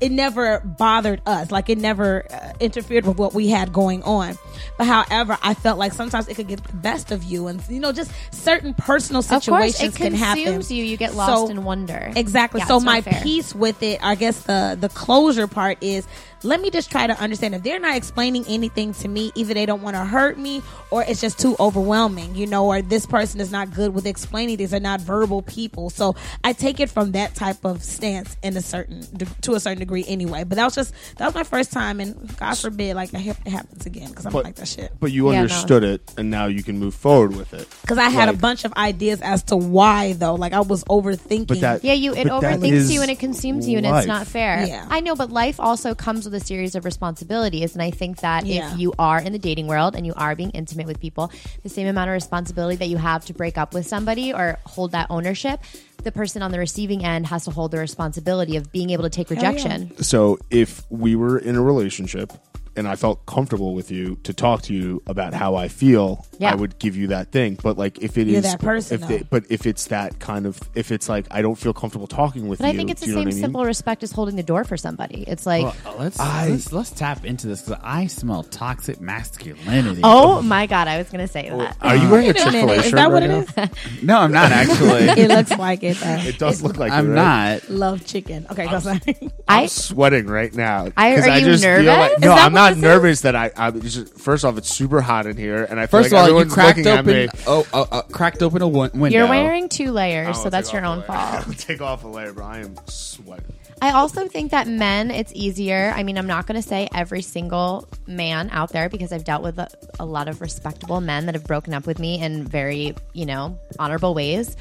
S4: it never bothered us. Like it never uh, interfered with what we had going on. But however, I felt like sometimes it could get the best of you and you know just certain personal
S3: Of course,
S4: situations
S3: it
S4: can happen.
S3: consumes you. You get lost
S4: So-
S3: in wonder.
S4: Exactly.
S3: Yeah,
S4: so
S3: it's not
S4: my
S3: fair.
S4: piece with it, I guess the the closure part is let me just try to understand if they're not explaining anything to me, either they don't want to hurt me or it's just too overwhelming, you know, or this person is not good with explaining. These are not verbal people. So I take it from that type of stance in a certain to a certain degree anyway. But that was just that was my first time, and God forbid, like I hope it happens again because I don't
S5: But-
S4: like that shit.
S5: But you
S3: Yeah, no.
S5: understood it, and now you can move forward with it.
S4: Because I had a
S5: Like-
S4: bunch of ideas as to why though. Like I was overthinking.
S5: But that
S3: Yeah, you it
S5: but that
S3: overthinks
S5: is
S3: you and it consumes you, and
S5: life.
S3: it's not fair.
S4: Yeah.
S3: I know, but life also comes with a series of responsibilities, and I think that
S4: Yeah.
S3: if you are in the dating world and you are being intimate with people, the same amount of responsibility that you have to break up with somebody or hold that ownership, the person on the receiving end has to hold the responsibility of being able to take
S4: yeah.
S3: rejection.
S5: So if we were in a relationship and I felt comfortable with you to talk to you about how I feel,
S3: Yeah.
S5: I would give you that thing. But like if it is
S4: You're that person,
S5: if they-
S4: though.
S5: but if it's that kind of if it's like I don't feel comfortable talking with
S3: But
S5: you,
S3: I think it's the
S5: do you know
S3: same
S5: what I mean?
S3: simple respect as holding the door for somebody. It's like,
S2: Well, let's,
S5: I-
S2: let's let's tap into this because I smell toxic masculinity.
S3: oh my god, I was gonna say that.
S5: Are
S2: Uh,
S5: you wearing a Chick
S4: Wait a
S5: Fil
S4: minute,
S5: A
S4: is
S5: shirt?
S4: that what
S5: right
S4: it
S5: now?
S4: is?
S2: no, I'm not actually.
S4: It looks like it. though.
S5: It does look like
S2: I'm
S5: it, right?
S2: not.
S4: Love chicken. Okay, go sorry.
S3: I
S5: Sweating right now.
S3: I-
S5: 'Cause
S3: are you
S5: just feel
S3: nervous?
S5: like-
S3: Is
S5: no,
S3: that
S5: I'm
S3: what
S5: not
S3: this is?
S5: nervous that I. I just, first off, it's super hot in here, and I feel
S2: First
S5: like
S2: of all, you
S5: everyone's
S2: cracked
S5: looking
S2: open.
S5: at me.
S2: Oh, oh, oh, cracked open a win- window.
S3: you're wearing two layers,
S5: I'll
S3: so that's
S5: Oh, take
S3: your
S5: off a layer.
S3: own fault.
S5: I'll take off a layer, but I am sweating.
S3: I also think that men, it's easier. I mean, I'm not going to say every single man out there because I've dealt with a, a lot of respectable men that have broken up with me in very, you know, honorable ways.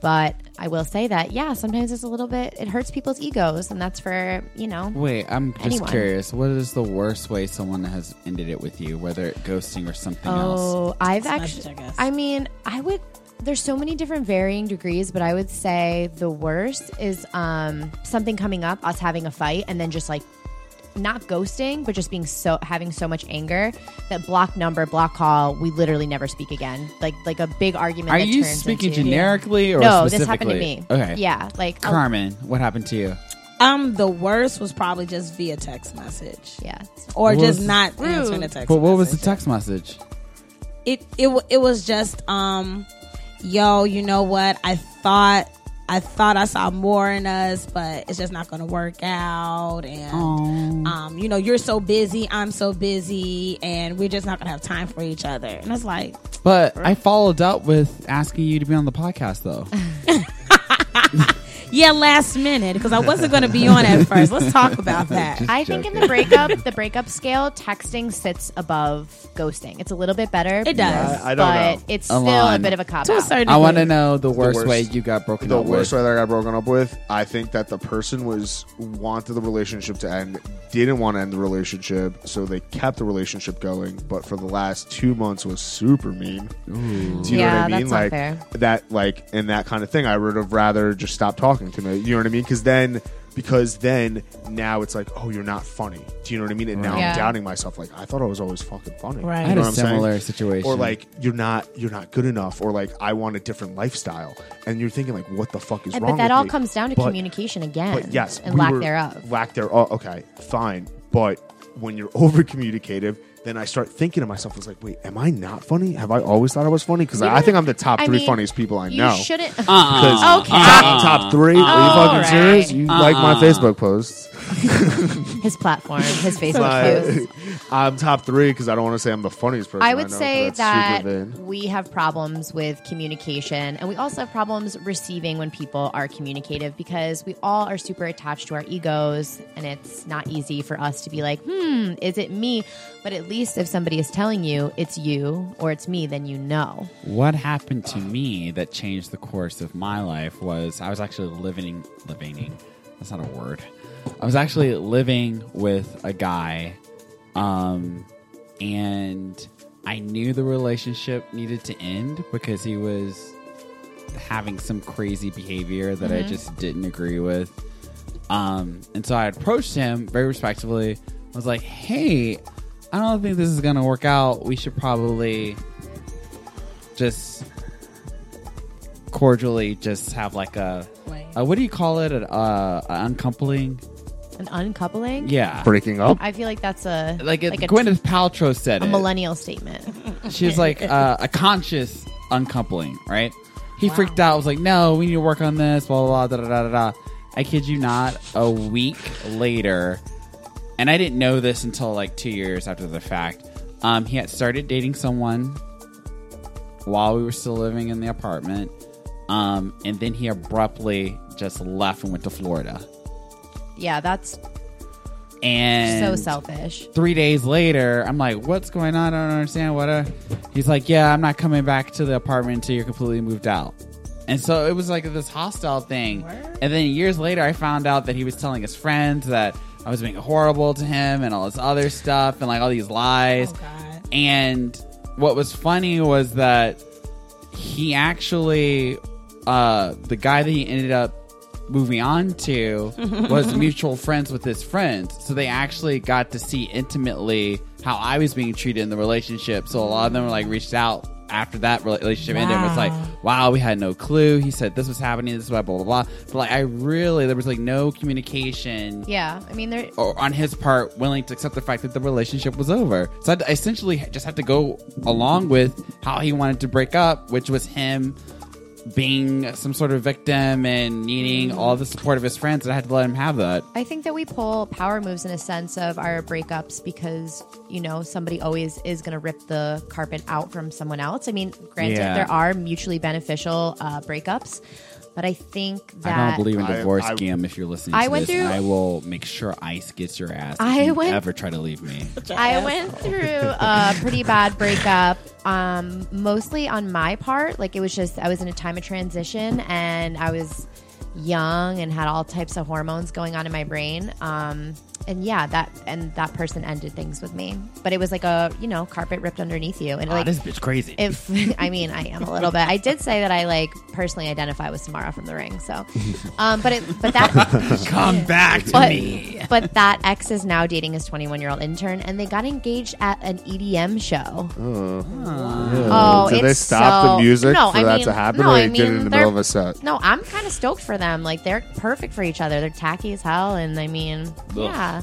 S3: But I will say that, yeah, sometimes it's a little bit, it hurts people's egos. And that's for, you know,
S2: Wait, I'm just
S3: Anyone.
S2: curious. What is the worst way someone has ended it with you, whether it ghosting or something else?
S3: oh, I've
S4: Smudged,
S3: actually,
S4: I guess.
S3: I mean, I would, there's so many different varying degrees, but I would say the worst is um, something coming up, us having a fight, and then just like not ghosting, but just being so having so much anger that block number, block call, we literally never speak again. Like like a big argument.
S2: Are
S3: that
S2: you
S3: turns
S2: speaking
S3: into-
S2: generically or
S3: No,
S2: specifically?
S3: this happened to me.
S2: Okay.
S3: Yeah, like a-
S2: Carmen, what happened to you?
S4: Um, the worst was probably just via text message.
S3: yeah.
S4: or
S2: What
S4: just
S2: was-
S4: not answering a text.
S2: But what was the
S4: message.
S2: text message?
S4: It it wa- it was just um, yo, you know what? I thought I thought I saw more in us, but it's just not going to work out. And um, you know, you're so busy, I'm so busy, and we're just not going to have time for each other. And it's like,
S2: But I followed up with asking you to be on the podcast, though.
S4: yeah, last minute because I wasn't going to be on at first. Let's talk about that.
S3: I think in the breakup, the breakup scale, texting sits above ghosting. It's a little bit better.
S4: It does.
S5: I- I don't
S3: but
S5: know.
S3: it's still a
S2: Alon.
S3: bit of a cop
S4: To a
S3: out.
S4: certain
S2: I want to
S4: degree.
S2: know the worst,
S5: worst-
S2: way you got broken
S5: the
S2: up
S5: worst
S2: with.
S5: way that I got broken up with, I think that the person was wanted the relationship to end, didn't want to end the relationship, so they kept the relationship going, but for the last two months was super mean. Do you
S3: Yeah,
S5: know what I mean?
S3: that's not
S5: like
S3: fair.
S5: that like and that kind of thing. I would have rather just stopped talking to me. You know what I mean? Because then because then now it's like, oh, you're not funny. Do you know what I mean? And now
S3: Yeah.
S5: I'm doubting myself. Like I thought I was always fucking funny.
S4: Right. I
S5: You
S2: I had
S5: know
S2: a
S5: what I'm saying?
S2: similar situation.
S5: or like you're not you're not good enough or like i want a different lifestyle and you're thinking like what the fuck is
S3: And-
S5: wrong
S3: but that
S5: with
S3: all
S5: me?
S3: comes down to
S5: But-
S3: communication again.
S5: but yes
S3: and
S5: we
S3: lack
S5: were-
S3: thereof.
S5: lack thereof okay fine but when you're over communicative then i start thinking to myself it's like wait am i not funny have i always thought i was funny because
S3: You
S5: i think
S3: don't-
S5: i'm the top
S3: I
S5: three
S3: mean,
S5: funniest people i
S3: you
S5: know
S3: shouldn't.
S5: 'Cause
S3: Okay.
S5: top, top three are you fucking
S3: Alright.
S5: serious you like my facebook posts
S3: his platform, his Facebook posts.
S5: I, i'm top three because i don't want to say i'm the funniest person
S3: I would
S5: know, 'cause
S3: say
S5: that's super
S3: that
S5: vain.
S3: we have problems with communication, and we also have problems receiving when people are communicative because we all are super attached to our egos, and it's not easy for us to be like, hmm, is it me? But at least if somebody is telling you it's you or it's me, then you know.
S2: what happened to me that changed the course of my life was I was actually living living. That's not a word. I was actually living with a guy, um, and I knew the relationship needed to end because he was having some crazy behavior that I just didn't agree with. Um, and so I approached him very respectfully. I was like, "Hey, I don't think this is gonna work out. We should probably just cordially just have like a,
S4: Wait.
S2: uh what do you call it? An uh, an uncoupling?
S3: An uncoupling?
S2: Yeah.
S5: breaking up
S3: I feel like that's a
S2: Like, it,
S3: a,
S2: Gwyneth Paltrow said
S3: a
S2: it.
S3: millennial statement.
S2: She's like uh, a conscious uncoupling, right? He freaked out. Was like, no, we need to work on this. Blah blah blah. Da, da, da, da. I kid you not. A week later, and I didn't know this until like two years after the fact. Um, he had started dating someone while we were still living in the apartment, um, and then he abruptly just left and went to Florida.
S3: yeah, that's
S2: And
S3: so selfish.
S2: three days later, I'm like, what's going on? I don't understand. What? A-? He's like, yeah, I'm not coming back to the apartment until you're completely moved out. And so it was like this hostile thing.
S4: Word.
S2: And then years later, I found out that he was telling his friends that I was being horrible to him and all this other stuff and like all these lies.
S4: Oh, God.
S2: And what was funny was that he actually, uh, the guy that he ended up moving on to was mutual friends with his friends. So they actually got to see intimately how I was being treated in the relationship. So a lot of them were like reached out after that rela- relationship ended and was
S4: Wow.
S2: like, wow, we had no clue. He said this was happening, this was blah, blah, blah. But like, I really, there was like no communication
S3: Yeah, I mean, there.
S2: or on his part willing to accept the fact that the relationship was over. So I essentially just had to go along with how he wanted to break up, which was him being some sort of victim and needing all the support of his friends. And I had to let him have that.
S3: I think that we pull power moves in a sense of our breakups because, you know, somebody always is going to rip the carpet out from someone else. I mean, granted,
S2: Yeah.
S3: there are mutually beneficial uh, breakups, but I think that.
S2: I don't believe in
S5: I-
S2: divorce,
S5: I-
S2: Gam. If you're listening,
S3: I
S2: to
S3: went
S2: this,
S3: through-
S2: I will make sure Ice gets your ass. If
S3: I
S2: you
S3: went-
S2: ever try to leave me?
S3: I went through a pretty bad breakup, um, mostly on my part. Like it was just I was in a time of transition and I was young and had all types of hormones going on in my brain. Um, and yeah, that and that person ended things with me. But it was like a you know carpet ripped underneath you, and it,
S2: Ah,
S3: like
S2: this bitch crazy.
S3: if I mean I am a little bit. I did say that I like personally identify with Samara from The Ring, so. Um, but it but that
S2: Come back to
S3: but,
S2: me.
S3: but that ex is now dating his 21 year old intern, and they got engaged at an EDM show. Oh,
S5: Did they
S3: it's
S5: stop
S3: so-
S5: the music
S3: No,
S5: for
S3: I
S5: that
S3: mean-
S5: to happen,
S3: no,
S5: or they
S3: I
S5: did it
S3: mean,
S5: in the
S3: they're-
S5: middle of a set?
S3: No, I'm kind of stoked for them. Like they're perfect for each other. They're tacky as hell, and I mean, yeah,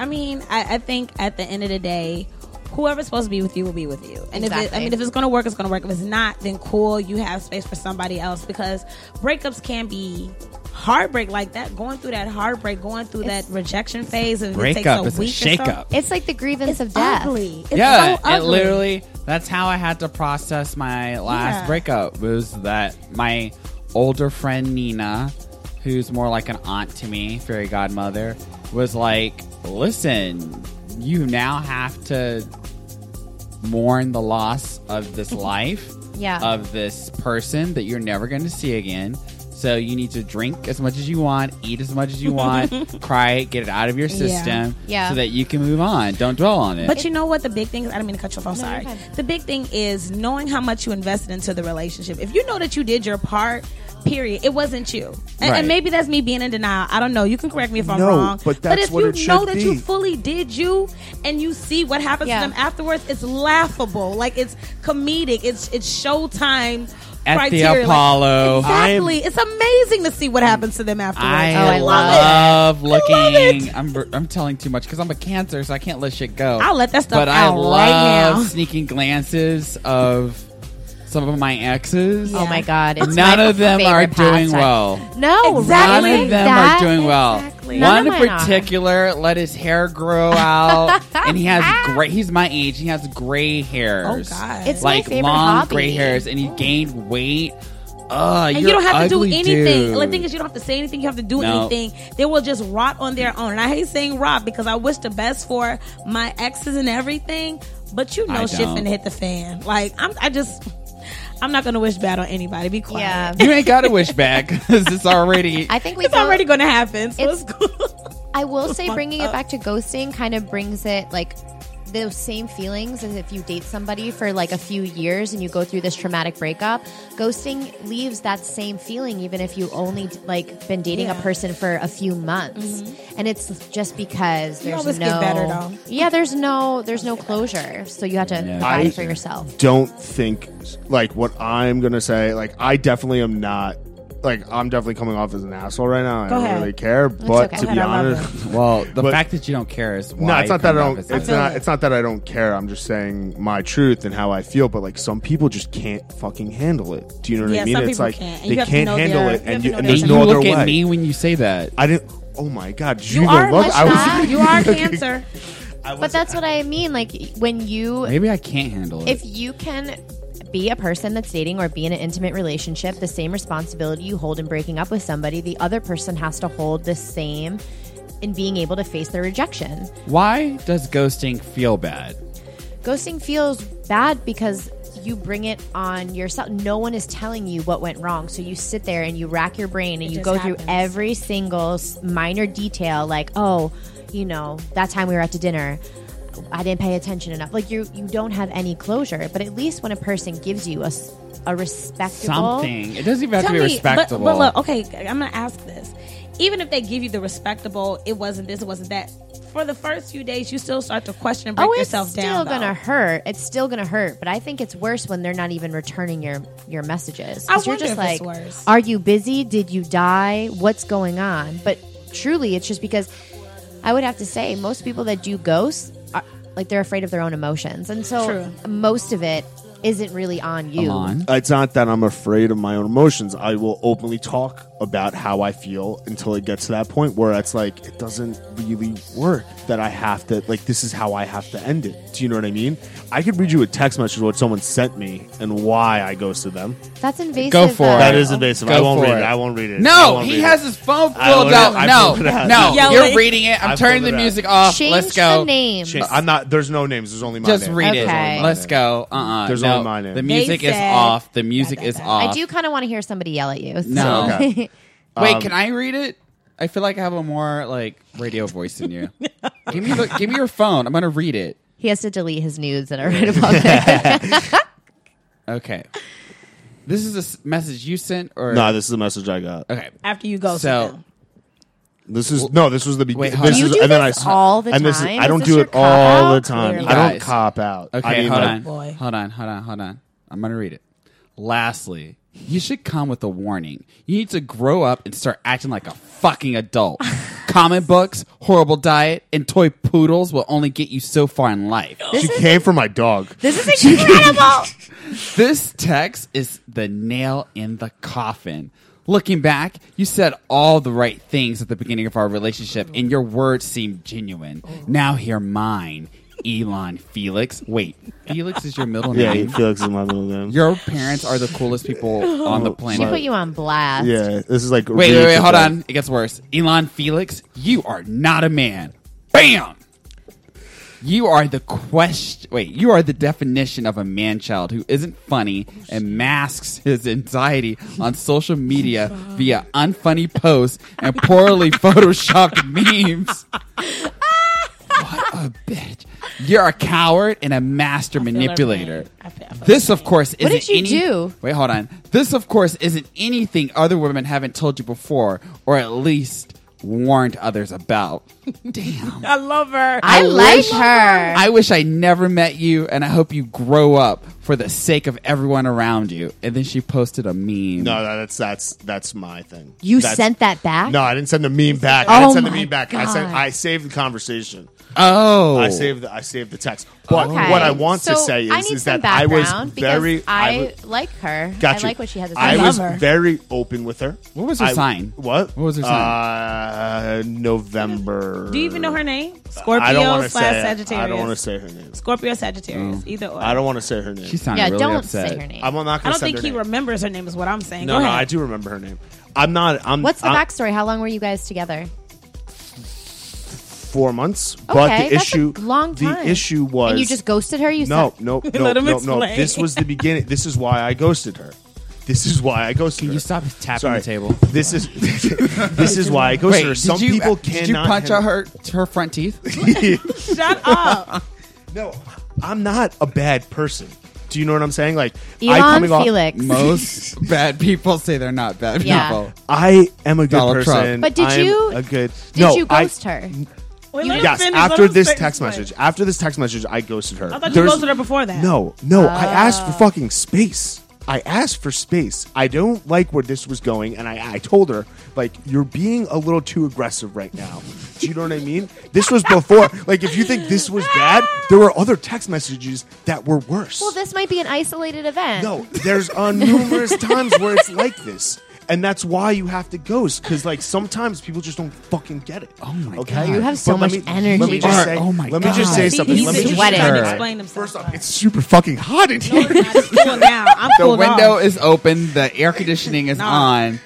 S4: I mean, I, I think at the end of the day, whoever's supposed to be with you will be with you. And if it,
S3: Exactly.
S4: I mean, if it's going to work, it's going to work. If it's not, then cool. You have space for somebody else because breakups can be heartbreak like that. Going through that heartbreak, going through that rejection phase, and it takes
S2: Breakup
S4: a
S2: is a
S4: week or so,
S2: shakeup.
S3: it's like the grievance of death.
S4: Ugly. It's
S2: yeah,
S4: so ugly.
S2: it literally. That's how I had to process my last
S4: Yeah.
S2: breakup. Was that my older friend Nina, who's more like an aunt to me, fairy godmother, was like, "Listen, you now have to mourn the loss of this life,
S3: Yeah.
S2: of this person that you're never going to see again." So you need to drink as much as you want, eat as much as you want, cry, get it out of your system,
S3: Yeah.
S2: so that you can move on. Don't dwell on it.
S4: But you know what? The big thing is, I don't mean to cut you off. I'm sorry.
S3: fine.
S4: The big thing is knowing how much you invested into the relationship. If you know that you did your part, period, it wasn't you. And,
S2: Right.
S4: and maybe that's me being in denial. I don't know. You can correct me if I'm
S5: No,
S4: wrong.
S5: but that's
S4: if
S5: what
S4: you
S5: it should
S4: know that you
S5: be.
S4: fully did you and you see what happens
S3: Yeah.
S4: to them afterwards, it's laughable. Like it's comedic. It's it's showtime.
S2: At the
S4: criteria. Like,
S2: Apollo.
S4: exactly. it's amazing to see what happens to them afterwards.
S2: I,
S3: Oh, I
S2: love,
S4: love
S2: looking.
S4: I love it.
S2: I'm I'm telling too much because I'm a cancer, so I can't let shit go.
S4: I'll let that stuff
S2: But I
S4: out right
S2: love
S4: now.
S2: sneaking glances of some of my exes.
S3: Oh my god, it's
S2: None
S3: my
S2: of them
S3: favorite
S2: are doing
S3: pastime.
S2: well.
S3: No,
S4: Exactly.
S3: right?
S2: None of them
S3: That-
S2: are doing well.
S3: Exactly.
S2: One
S3: None
S2: in
S3: of mine are.
S2: particular let his hair grow out, and he has great. He's my age. He has gray
S4: Oh
S2: hairs.
S4: God.
S3: It's my
S2: like
S3: favorite
S2: long
S3: hobby.
S2: gray hairs, and he gained weight. Ugh,
S4: And
S2: you're
S4: you don't have to do
S2: ugly,
S4: anything. The
S2: dude.
S4: thing is, you don't have to say anything. You have to do
S2: No.
S4: anything. They will just rot on their own. And I hate saying rot because I wish the best for my exes and everything. But you
S2: I
S4: know, shit
S2: don't.
S4: finna hit the fan. Like I'm, I just, I'm not gonna wish bad on anybody. Be quiet.
S3: Yeah.
S2: you ain't got to wish back because it's already.
S3: I think we
S4: It's
S3: both-
S4: already gonna happen. So
S3: It's-
S4: it's, cool.
S3: I will say bringing it back to ghosting kind of brings it like those same feelings as if you date somebody for like a few years and you go through this traumatic breakup. Ghosting leaves that same feeling even if you only like been dating a
S4: Yeah. Mm-hmm.
S3: person for a few months. And it's just because there's
S4: always
S3: no
S4: get better, though.
S3: Yeah, there's no there's no closure. So you have to
S2: Yeah.
S3: find
S5: I-
S3: it for yourself.
S5: don't think like what I'm gonna say. Like I definitely am not. Like I'm definitely coming off as an asshole right now. I
S4: Go
S5: don't
S4: ahead.
S5: really care, but
S3: okay.
S5: to
S4: Go
S5: be
S4: ahead, I love
S5: honest,
S2: Well, the
S5: But-
S2: fact that you don't care is why
S5: no, it's
S2: you
S5: not that I
S2: come
S5: don't.
S2: off as
S5: It's
S2: that.
S5: not.
S4: it.
S5: It's not that I don't care. I'm just saying my truth and how I feel. But like some people just can't fucking handle it. Do you know what
S4: Yeah,
S5: I mean?
S4: some
S5: it's
S4: people
S5: like
S4: can't. And
S5: they
S4: you have to
S5: can't
S4: know
S5: handle
S4: their-
S5: it,
S4: you have
S5: and,
S4: to
S5: you,
S4: know
S5: and
S4: their
S5: there's
S2: And
S5: no
S2: you
S5: other
S2: look
S5: way.
S2: at me when you say that.
S5: I didn't. Oh my god! Did you,
S4: you
S5: even
S4: are
S5: look?
S4: a
S5: I
S4: lesbian.
S5: was.
S4: you are a cancer.
S3: But that's what I mean. Like when you
S2: Maybe I can't handle it.
S3: if you can be a person that's dating or be in an intimate relationship, the same responsibility you hold in breaking up with somebody, the other person has to hold the same and being able to face their rejection.
S2: Why does ghosting feel bad?
S3: Ghosting feels bad because you bring it on yourself. No one is telling you what went wrong. So you sit there and you rack your brain and
S4: It just
S3: you go through
S4: happens.
S3: every single s- minor detail like, oh, you know, that time we were out to dinner. I didn't pay attention enough. Like you, you don't have any closure. But at least when a person gives you a, s- a respectable
S2: Something. It doesn't even have to be
S4: but,
S2: respectable.
S4: but look, okay, I'm gonna ask this. Even if they give you the respectable, it wasn't this, it wasn't that. For the first few days, you still start to question and break
S3: oh, it's
S4: yourself
S3: still
S4: down.
S3: gonna
S4: though.
S3: hurt. It's still gonna hurt. But I think it's worse when they're not even returning your your messages.
S4: I
S3: 'Cause you're
S4: wonder
S3: just
S4: if
S3: like,
S4: it's worse.
S3: are you busy? Did you die? What's going on? But truly, it's just because I would have to say most people that do ghosts, are, like they're afraid of their own emotions, and so
S4: True.
S3: most of it isn't really on you.
S2: Elon.
S5: It's not that I'm afraid of my own emotions. I will openly talk about how I feel until it gets to that point where it's like it doesn't really work. That I have to like this is how I have to end it. Do you know what I mean? I could read you a text message what someone sent me and why I ghosted them.
S3: That's invasive.
S2: Go for
S3: though.
S2: it. That
S5: is invasive.
S2: Go
S5: I won't
S2: for
S5: read it.
S2: it.
S5: I won't read it. I
S2: No,
S5: won't
S2: he
S5: read
S2: has
S5: it.
S2: his phone
S5: I
S2: pulled
S5: pulled it-
S2: out.
S5: I
S2: No,
S5: pulled it out.
S2: no,
S4: Yelling.
S2: you're reading it. I'm
S5: I
S2: turning the
S5: pulled it out.
S2: music off.
S3: Oh, Change
S2: Let's go.
S3: the names.
S5: Shit, I'm not. There's no names. There's only my
S2: Just
S5: name.
S2: read it.
S5: There's only
S3: Okay.
S5: my
S2: Let's
S5: name.
S2: go. Uh uh
S5: There's
S2: no,
S5: only my name.
S2: The music
S4: They
S2: is
S4: said-
S2: off. The music
S4: Da, da,
S2: is
S4: da.
S2: off.
S3: I do kind of want to hear somebody yell at you. So.
S2: No.
S5: Okay.
S2: Wait, can I read it? I feel like I have a more like radio voice than you. give me the, give me your phone. I'm gonna read it.
S3: He has to delete his nudes that are right above it.
S2: Okay. This is a s- message you sent or
S5: No, this is the message I got.
S2: Okay.
S4: After you go,
S2: So-
S4: so
S5: This is no. This was the
S2: Wait,
S5: beginning.
S2: hold
S5: This
S2: on.
S3: You
S5: is,
S3: do
S5: and then
S3: this
S5: I,
S3: all the
S5: and this is-
S3: time?
S5: I
S3: Is
S5: don't
S3: this
S5: do
S3: your
S5: it all the
S3: cop-out?
S5: time.
S4: Clearly.
S5: I don't
S2: Guys.
S5: cop out. I
S2: Okay,
S5: mean,
S2: hold
S5: like,
S2: on.
S4: boy.
S2: Hold on, hold on, hold on. I'm gonna read it. Lastly, you should come with a warning. You need to grow up and start acting like a fucking adult. Comic books, horrible diet, and toy poodles will only get you so far in life.
S5: She came for my dog.
S3: this is incredible.
S2: This text is the nail in the coffin. Looking back, you said all the right things at the beginning of our relationship, and your words seemed genuine. Now hear mine, Elon Felix. Wait, Felix is your middle
S5: Yeah,
S2: name.
S5: Felix is my middle name.
S2: Your parents are the coolest people on the planet.
S3: She put you on blast.
S5: yeah, this is like
S2: wait,
S5: really
S2: wait, wait, hold
S5: pathetic.
S2: on. It gets worse. Elon Felix, you are not a man. Bam! You are the question. Wait, you are the definition of a man child who isn't funny and masks his anxiety on social media via unfunny posts and poorly photoshopped memes. What a bitch. You're a coward and a master manipulator.
S4: pain. I feel- I feel
S2: This, of course, isn't
S3: did you
S2: any-
S3: do?
S2: Wait, hold on. This, of course, isn't anything other women haven't told you before, or at least warned others about. Damn.
S4: I love her.
S3: I, like
S2: wish-
S3: her.
S2: I wish I never met you, and I hope you grow up for the sake of everyone around you. And then she posted a meme.
S5: No, no, that's that's that's my thing.
S3: You
S5: That's-
S3: sent that back?
S5: No, I didn't send the meme back. I didn't
S3: Oh
S5: send the
S3: my
S5: meme back. I sent.
S3: God.
S5: I saved the conversation.
S2: Oh,
S5: I saved. The, I saved the text. But
S3: Okay.
S5: what I want to
S3: So,
S5: say
S3: I
S5: is,
S3: need
S5: is
S3: some
S5: that I was
S3: background because
S5: very.
S3: I,
S5: was-
S3: like her.
S5: Got
S3: I
S5: you.
S3: like what she has to say.
S5: I,
S4: love
S5: was
S4: her.
S5: very open with her.
S2: What was her
S5: I-
S2: sign?
S5: What?
S2: What was her
S5: sign? Uh, November.
S4: do you even know her name?
S5: I don't
S4: Scorpio
S5: wanna
S4: slash
S5: say it.
S4: Sagittarius.
S5: I don't want to say her name.
S4: Scorpio Sagittarius. Either or.
S5: I don't want to say her name.
S2: She sounded
S3: yeah,
S2: really
S3: don't
S2: upset.
S3: say her name.
S5: I'm not going to.
S4: I don't think he remembers her name. Is what I'm saying.
S5: No,
S4: Go
S5: no,
S4: ahead.
S5: I do remember her name. I'm not. I'm.
S3: What's the
S5: I'm
S3: backstory? How long were you guys together?
S5: Four months, but
S3: Okay,
S5: the
S3: that's a
S5: issue.
S3: long time.
S5: The issue was.
S3: and you just ghosted her? You
S5: No,
S3: said,
S5: no, no,
S4: Let him
S5: no, no.
S4: explain.
S5: This was the beginning. This is why I ghosted her. This is why I ghosted
S2: Can
S5: her.
S2: you stop tapping
S5: Sorry.
S2: the table?
S5: This is this is why I ghosted
S2: Wait,
S5: her.
S2: did
S5: Some
S2: you,
S5: people cannot.
S2: did you punch
S5: handle-
S2: out her her front teeth?
S4: Shut up.
S5: No, I'm not a bad person. Do you know what I'm saying? Like I
S3: Elon
S5: coming off-
S3: Felix.
S2: Most bad people say they're not bad
S3: Yeah.
S2: people.
S5: I am a good
S2: Donald
S5: person.
S2: Trump.
S3: But did
S5: I'm
S3: you-
S5: a good?
S3: Did
S5: no,
S3: you
S5: I-
S3: ghost her?
S4: Wait, let him
S5: Yes,
S4: finish, let
S5: after
S4: him
S5: this
S4: finish
S5: text
S4: explain.
S5: message. After this text message, I ghosted her.
S4: I thought you
S5: There's-
S4: ghosted her before that. Ah.
S5: No, no, I asked for fucking space. I asked for space. I don't like where this was going, and I, I told her like you're being a little too aggressive right now. Do you know what I mean? This was before. Like, if you think this was bad, there were other text messages that were worse.
S3: Well, this might be an isolated event.
S5: No, there's uh, numerous times where it's like this. And that's why you have to ghost because, like, sometimes people just don't fucking get it. Oh
S2: my
S5: okay?
S2: God. You
S3: have so
S5: But
S3: much
S5: let me,
S3: energy.
S5: Let me just
S2: Art,
S5: say,
S2: oh my
S5: let me just
S2: God.
S5: say
S4: See,
S5: something.
S4: he's
S5: Let me
S4: just
S5: just
S3: sweating.
S5: say
S4: trying to
S2: her.
S4: explain himself.
S5: First off, it's super fucking hot in here.
S4: It's not. It's cool now. I'm
S2: The
S4: cooled
S2: window
S4: off.
S2: is open. The air conditioning is on.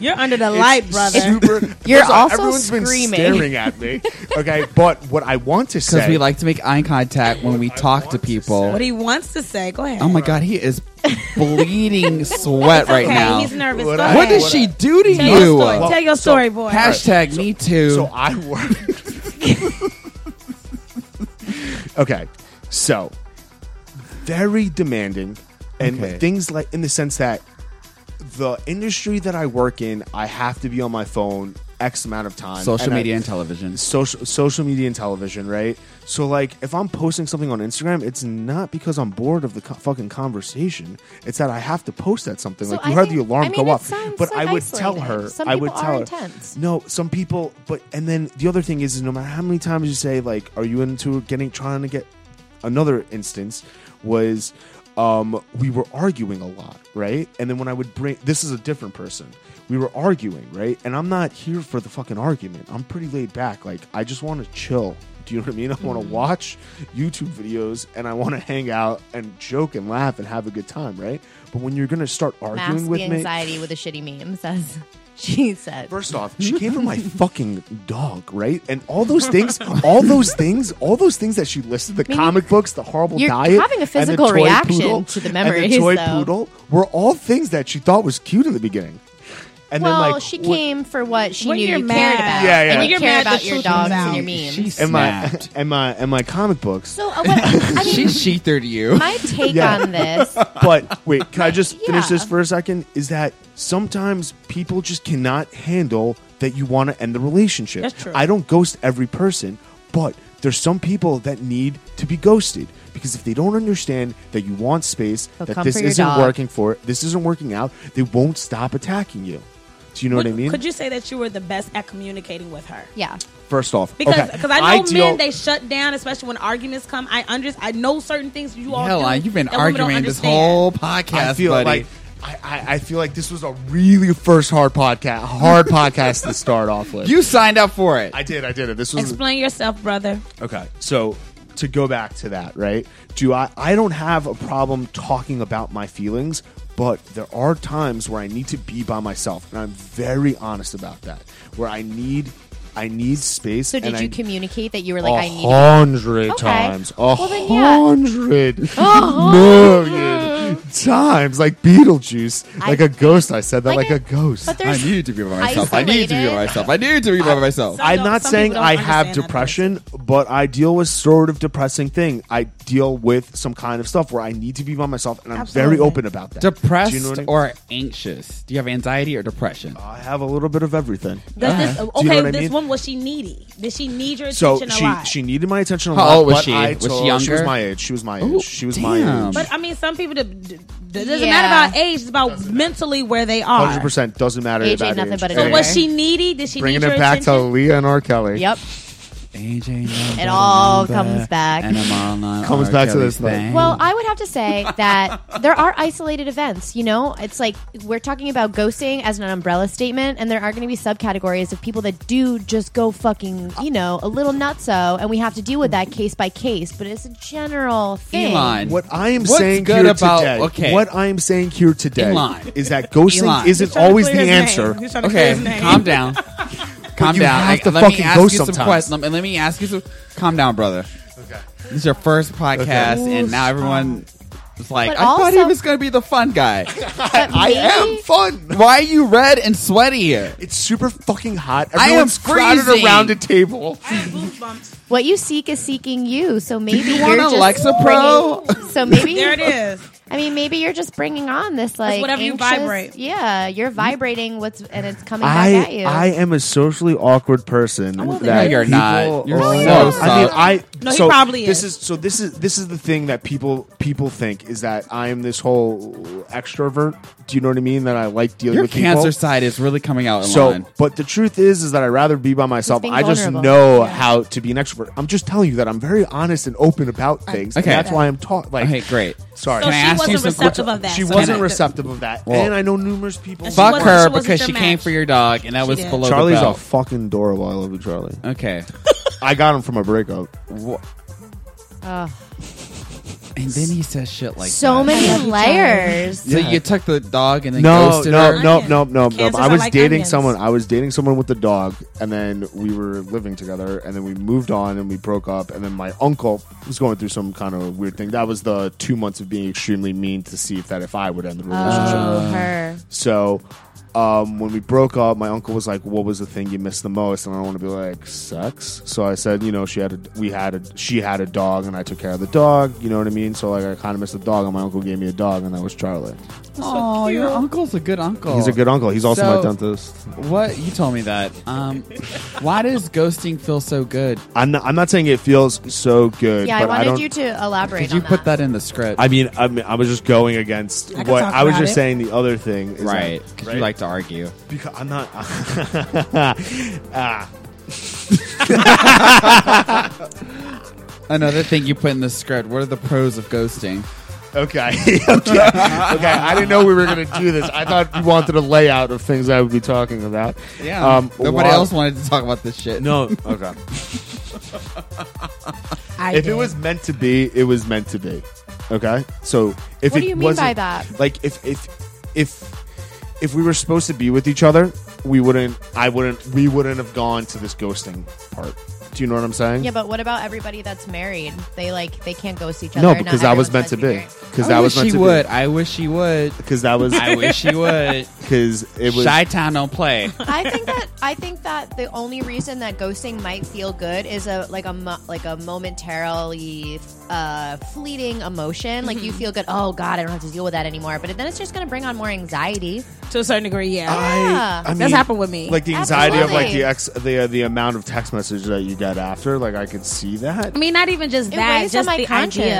S4: You're under the light, brother.
S5: Super,
S3: You're
S5: First of all,
S3: also
S5: everyone's been
S3: screaming.
S5: staring at me. Okay, but what I want to
S2: because
S5: say,
S2: we like to make eye contact when we talk to people.
S4: what he wants to say. Go ahead.
S2: oh my god, he is bleeding sweat right
S4: okay,
S2: now.
S4: he's nervous.
S5: What
S4: Go
S5: I-
S2: what
S4: ahead.
S2: did she do to
S4: Tell your story.
S2: you?
S4: Tell your story, boy.
S2: Hashtag me too.
S5: so I work. okay, so very demanding, and
S2: Okay.
S5: things like in the sense that the industry that I work in, I have to be on my phone x amount of time.
S2: Social
S5: and I-
S2: media and television.
S5: social social media and television, right? So like if I'm posting something on Instagram, it's not because I'm bored of the co- fucking conversation. It's that I have to post that something.
S3: So
S5: like you
S3: I
S5: heard
S3: think-
S5: the alarm
S3: I mean,
S5: go
S3: it
S5: off,
S3: sounds,
S5: but
S3: like,
S5: I would tell
S3: isolated.
S5: her.
S3: Some
S5: I would
S3: people
S5: tell
S3: are
S5: her.
S3: intense.
S5: No, some people. But and then the other thing is, is no matter how many times you say like, "Are you into getting trying to get?" Another instance was. Um, we were arguing a lot, right? And then when I would bring this is a different person. We were arguing, right? And I'm not here for the fucking argument. I'm pretty laid back. Like I just want to chill. Do you know what I mean? I want to watch YouTube videos and I want to hang out and joke and laugh and have a good time, right? But when you're gonna start arguing
S3: Mask
S5: with
S3: the
S5: me,
S3: anxiety with the shitty memes, as she said.
S5: First off, she came from my fucking dog, right? And all those things, all those things, all those things that she listed the comic books, the horrible
S3: you're
S5: diet,
S3: having
S5: and
S3: a
S5: the
S3: physical
S5: toy
S3: reaction
S5: poodle,
S3: to the
S5: and
S3: memories,
S5: the toy
S3: though.
S5: poodle were all things that she thought was cute in the beginning. And
S3: well,
S5: then, like,
S3: she
S5: what-
S3: came for what she
S4: When
S3: knew
S4: you're
S3: you
S4: mad.
S3: cared about.
S5: Yeah, yeah.
S3: And
S5: When
S3: you
S4: you're
S3: care
S4: mad, the
S3: about your
S4: truth
S3: dogs
S4: comes
S3: and your
S4: out.
S3: memes.
S2: she
S5: and my
S2: snapped.
S5: and my and my comic books.
S3: so, uh, what, I mean,
S2: she sheathered you.
S3: my take
S5: Yeah.
S3: on this
S5: but wait, can I just finish
S3: Yeah.
S5: this for a second? Is that sometimes people just cannot handle that you want to end the relationship.
S4: That's true.
S5: I don't ghost every person, but there's some people that need to be ghosted because if they don't understand that you want space,
S3: They'll
S5: that
S3: come
S5: this
S3: for your
S5: isn't
S3: dog.
S5: working for, this isn't working out, they won't stop attacking you. Do you know what, I
S4: Would-
S5: mean?
S4: Could you say that you were the best at communicating with her?
S3: yeah
S5: First off,
S4: Because
S5: okay,
S4: cause I know
S5: deal-
S4: men they shut down, especially when arguments come. I under I know certain things you all
S2: Hell,
S4: do.
S2: I- you've been
S4: that women don't
S2: arguing this
S4: understand.
S2: whole
S5: I
S2: podcast,
S5: feel
S2: buddy.
S5: like I, I, I feel like this was a really first hard podcast, hard podcast to start off with.
S2: you signed up for it.
S5: I did, I did it. This was
S4: Explain yourself, brother.
S5: Okay. So to go back to that, right? Do I I don't have a problem talking about my feelings, but there are times where I need to be by myself, and I'm very honest about that. Where I need I need space.
S3: so did
S5: and
S3: you
S5: I,
S3: communicate that you were
S5: a
S2: Oh,
S3: like i need
S5: hundred
S3: Okay.
S5: times, a
S3: Well, then, yeah.
S5: hundred million times, like Beetlejuice, like
S3: I-
S5: a ghost. I said that like,
S3: like it-
S5: a ghost.
S3: but
S2: I
S3: there's
S2: need to be by myself. I need to be by
S3: isolated.
S2: myself. I need to be by myself.
S4: Some
S5: I'm
S4: don't-
S5: not
S4: some
S5: saying
S4: people don't
S5: I have
S4: understand that
S5: depression, but I deal with sort of depressing thing. I deal with some kind of stuff where I need to be by myself, and I'm very
S4: Absolutely.
S5: open about that.
S2: Depressed
S5: Do you know what I mean?
S2: or anxious? Do you have anxiety or depression?
S5: I have a little bit of everything.
S4: Does this,
S5: Do you know
S4: okay,
S5: what I
S4: this
S5: mean?
S4: one was she needy? Did she need your
S5: So
S4: attention a
S5: she
S4: lot?
S5: she needed my attention a
S2: How
S5: lot.
S2: old was
S5: but
S2: she?
S5: I
S2: Was she
S5: told- She was
S2: younger?
S5: my age. She was my
S2: Ooh,
S5: age. She was
S2: damn.
S5: my age.
S4: but I mean, some people. d- d- d- It doesn't
S3: Yeah.
S4: matter about age; it's about mentally where they are.
S5: Hundred percent doesn't matter.
S3: Age
S5: about
S3: ain't nothing
S5: age.
S3: but a
S4: So
S3: number.
S4: was she needy? Did she
S5: Bringing
S4: need your
S5: it back to
S4: attention?
S5: Leah and R. Kelly.
S3: yep
S2: AJ,
S3: It all comes back.
S2: And I'm all on
S5: Comes
S2: R.
S5: back to
S2: Kelly's
S5: this, though.
S2: thing.
S3: Well, I would have to say that there are isolated events. You know, it's like we're talking about ghosting as an umbrella statement, and there are going to be subcategories of people that do just go fucking, you know, a little nutso, and we have to deal with that case by case. But it's a general thing.
S2: Elon,
S5: What I am
S2: what's
S5: saying
S2: good
S5: here
S2: about
S5: today,
S2: okay?
S5: what I am saying here today,
S2: Elon.
S5: is that ghosting
S2: Elon.
S5: isn't
S4: He's trying to
S5: always the
S4: clear his name.
S5: answer.
S4: He's trying to clear his
S2: okay,
S4: name.
S2: calm down, calm
S5: you
S2: down.
S5: have to
S2: let me
S5: fucking
S2: ask
S5: go
S2: you some
S5: sometimes.
S2: questions. Let, me- let me ask you some. Calm down, brother. This is your first podcast,
S5: Okay.
S2: and now everyone is like,
S3: But
S2: "I thought he
S3: also-
S2: was going to be the fun guy.
S3: But
S5: I
S3: maybe-
S5: am fun.
S2: Why are you red and sweaty here?"
S5: It's super fucking hot.
S2: I am
S5: Everyone's crowded
S2: freezing.
S5: around a table.
S3: What you seek is seeking you. So maybe
S2: you
S3: are
S2: want
S3: just
S2: Alexa Pro?
S3: bringing- so maybe
S4: There it is.
S3: I mean, maybe you're just bringing on this like
S4: whatever you
S3: anxious-
S4: vibrate.
S3: Yeah, you're vibrating what's and it's coming back at
S5: I
S3: you.
S5: I am a socially awkward person.
S4: don't
S5: that
S4: think
S2: you're
S5: people
S2: not. You're
S5: are-
S2: so
S5: I mean,
S2: soft.
S5: I
S4: No, he
S5: so
S4: probably
S5: this
S4: is.
S5: is so this is this is the thing that people people think is that I am this whole extrovert. Do you know what I mean? That I like dealing
S2: Your
S5: with people.
S2: cancer side is really coming out.
S5: So,
S2: Elon.
S5: but the truth is, is that I'd rather be by myself.
S3: being
S5: I just
S3: vulnerable.
S5: know
S3: Yeah.
S5: how to be an extrovert. I'm just telling you that I'm very honest and open about things.
S2: Okay.
S5: and that's why I'm taught. Like,
S2: okay, great.
S5: sorry,
S4: So
S2: Can I
S4: she
S2: ask you
S4: wasn't
S2: some
S4: receptive
S2: questions?
S4: of that.
S5: she
S4: so
S5: wasn't
S4: that-
S5: receptive of that,
S2: Well-
S5: and I know numerous people.
S4: She
S2: Fuck her
S4: wasn't- she wasn't
S2: because
S4: your
S2: she
S4: match.
S2: came for your dog, and that was
S4: did.
S2: below
S5: Charlie's
S2: the
S5: a
S2: belt.
S5: fucking adorable. I love you, Charlie.
S2: okay.
S5: I got him from a breakup.
S2: Wha-
S3: Ugh.
S2: And then he says shit like
S3: so
S2: that.
S3: many layers.
S2: So you took the dog and then
S5: No,
S2: ghosted
S5: no,
S2: her?
S5: no, no, no, no.
S4: Cancers
S5: I
S4: are
S5: was
S4: like
S5: dating
S4: onions.
S5: someone. I was dating someone with a dog, and then we were living together, and then we moved on and we broke up. And then my uncle was going through some kind of weird thing. That was the two months of being extremely mean to see if that if I would end the relationship.
S3: Oh, her.
S5: So um, when we broke up, my uncle was like, "What was the thing you missed the most?" And I want to be like, "Sex." So I said, "You know, she had a, we had a, she had a dog, and I took care of the dog. You know what I mean?" So like, I kind of missed the dog, and my uncle gave me a dog, and that was Charlie.
S2: Oh, your uncle's a good uncle.
S5: He's a good uncle. He's also
S2: Oh. So-
S5: my dentist.
S2: What you told me that? Um, why does ghosting feel so good?
S5: I'm not, I'm not saying it feels so good.
S3: Yeah,
S5: but
S3: I
S5: I
S3: wanted
S5: don't,
S3: you to elaborate.
S2: Did you
S3: on
S2: put that in the script?
S5: I mean, I mean, I was just going against
S4: I can
S5: what
S4: talk
S5: I was
S4: about
S5: just
S4: it.
S5: saying. The other thing, is
S2: right,
S5: that-
S2: because
S5: right?
S2: you like to argue.
S5: Because I'm not. ah.
S2: Another thing you put in the script. What are the pros of ghosting?
S5: Okay. okay. Okay. I didn't know we were going to do this. I thought you wanted a layout of things I would be talking about. Um,
S2: nobody
S5: while-
S2: else wanted to talk about this shit.
S5: No. Okay.
S4: I
S5: if
S4: did.
S5: it was meant to be, it was meant to be. Okay. So if
S3: What
S5: it
S3: do you mean
S5: wasn't-
S3: by that?
S5: Like if if if if we were supposed to be with each other, we wouldn't. I wouldn't. We wouldn't have gone to this ghosting part. Do you know what I'm saying?
S3: Yeah, but what about everybody that's married? They like they can't ghost each other.
S5: no,
S3: Not
S5: because that was
S3: everyone's
S5: meant to be.
S3: married.
S5: Because
S2: I
S5: that
S2: wish
S5: was meant
S2: she
S5: to
S2: would.
S5: be.
S2: I wish she would.
S5: Because that was.
S2: I wish she would.
S5: Because it was.
S2: Shy Town don't play.
S3: I think that I think that the only reason that ghosting might feel good is a like a mo- like a momentarily uh, fleeting emotion. Like
S4: Mm-hmm.
S3: you feel good. Oh God, I don't have to deal with that anymore. But then it's just going to bring on more anxiety.
S4: to a certain degree, yeah.
S5: I, I
S4: That's
S5: mean,
S4: happened with me.
S5: Like the anxiety of like
S3: Absolutely.
S5: the ex, the uh, the amount of text messages that you get after. Like I could see that.
S4: I mean, not even just
S3: It
S4: that,
S3: weighs
S4: just
S3: on my
S4: the idea,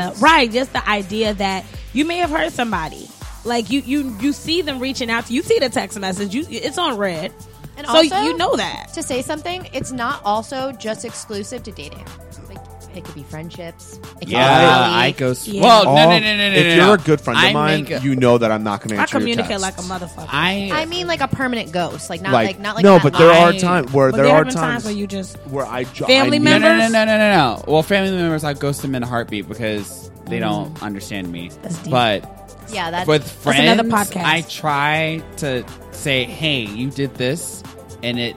S3: conscience.
S4: right? Just the idea that you may have hurt somebody. Like you, you, you see them reaching out to you. See the text message. You, it's on red,
S3: And
S4: so
S3: also-
S4: you know that.
S3: To say something, it's not also just exclusive to dating. Like it could be friendships. It could be
S2: Yeah, Uh, I
S3: colleagues.
S2: ghost.
S4: Yeah.
S2: Well, no, no, no,
S5: All-
S2: no, no.
S5: Oh, If
S2: no,
S5: you're
S2: no.
S5: a good friend of
S2: I
S5: mine,
S2: make a-
S5: you know that I'm not going to
S4: I
S5: answer
S4: communicate
S5: your
S4: like a
S5: text.
S4: motherfucker.
S2: I,
S3: I mean, like a permanent ghost. Like not like,
S5: Like,
S3: not like
S5: no,
S3: that
S5: but there
S3: line.
S5: are times where
S4: But
S5: there, are
S4: have been
S5: times,
S4: where you just
S5: where I ju-
S4: Family
S5: I need-
S2: no,
S4: member-
S2: no, no,
S4: members?
S2: no, no, no, no. Well, family members, I ghost them in a heartbeat because they don't understand me.
S4: Mm. deep.
S2: But
S3: Yeah, that's
S2: with friends,
S4: another podcast.
S2: I try to say, "Hey, you did this, and it,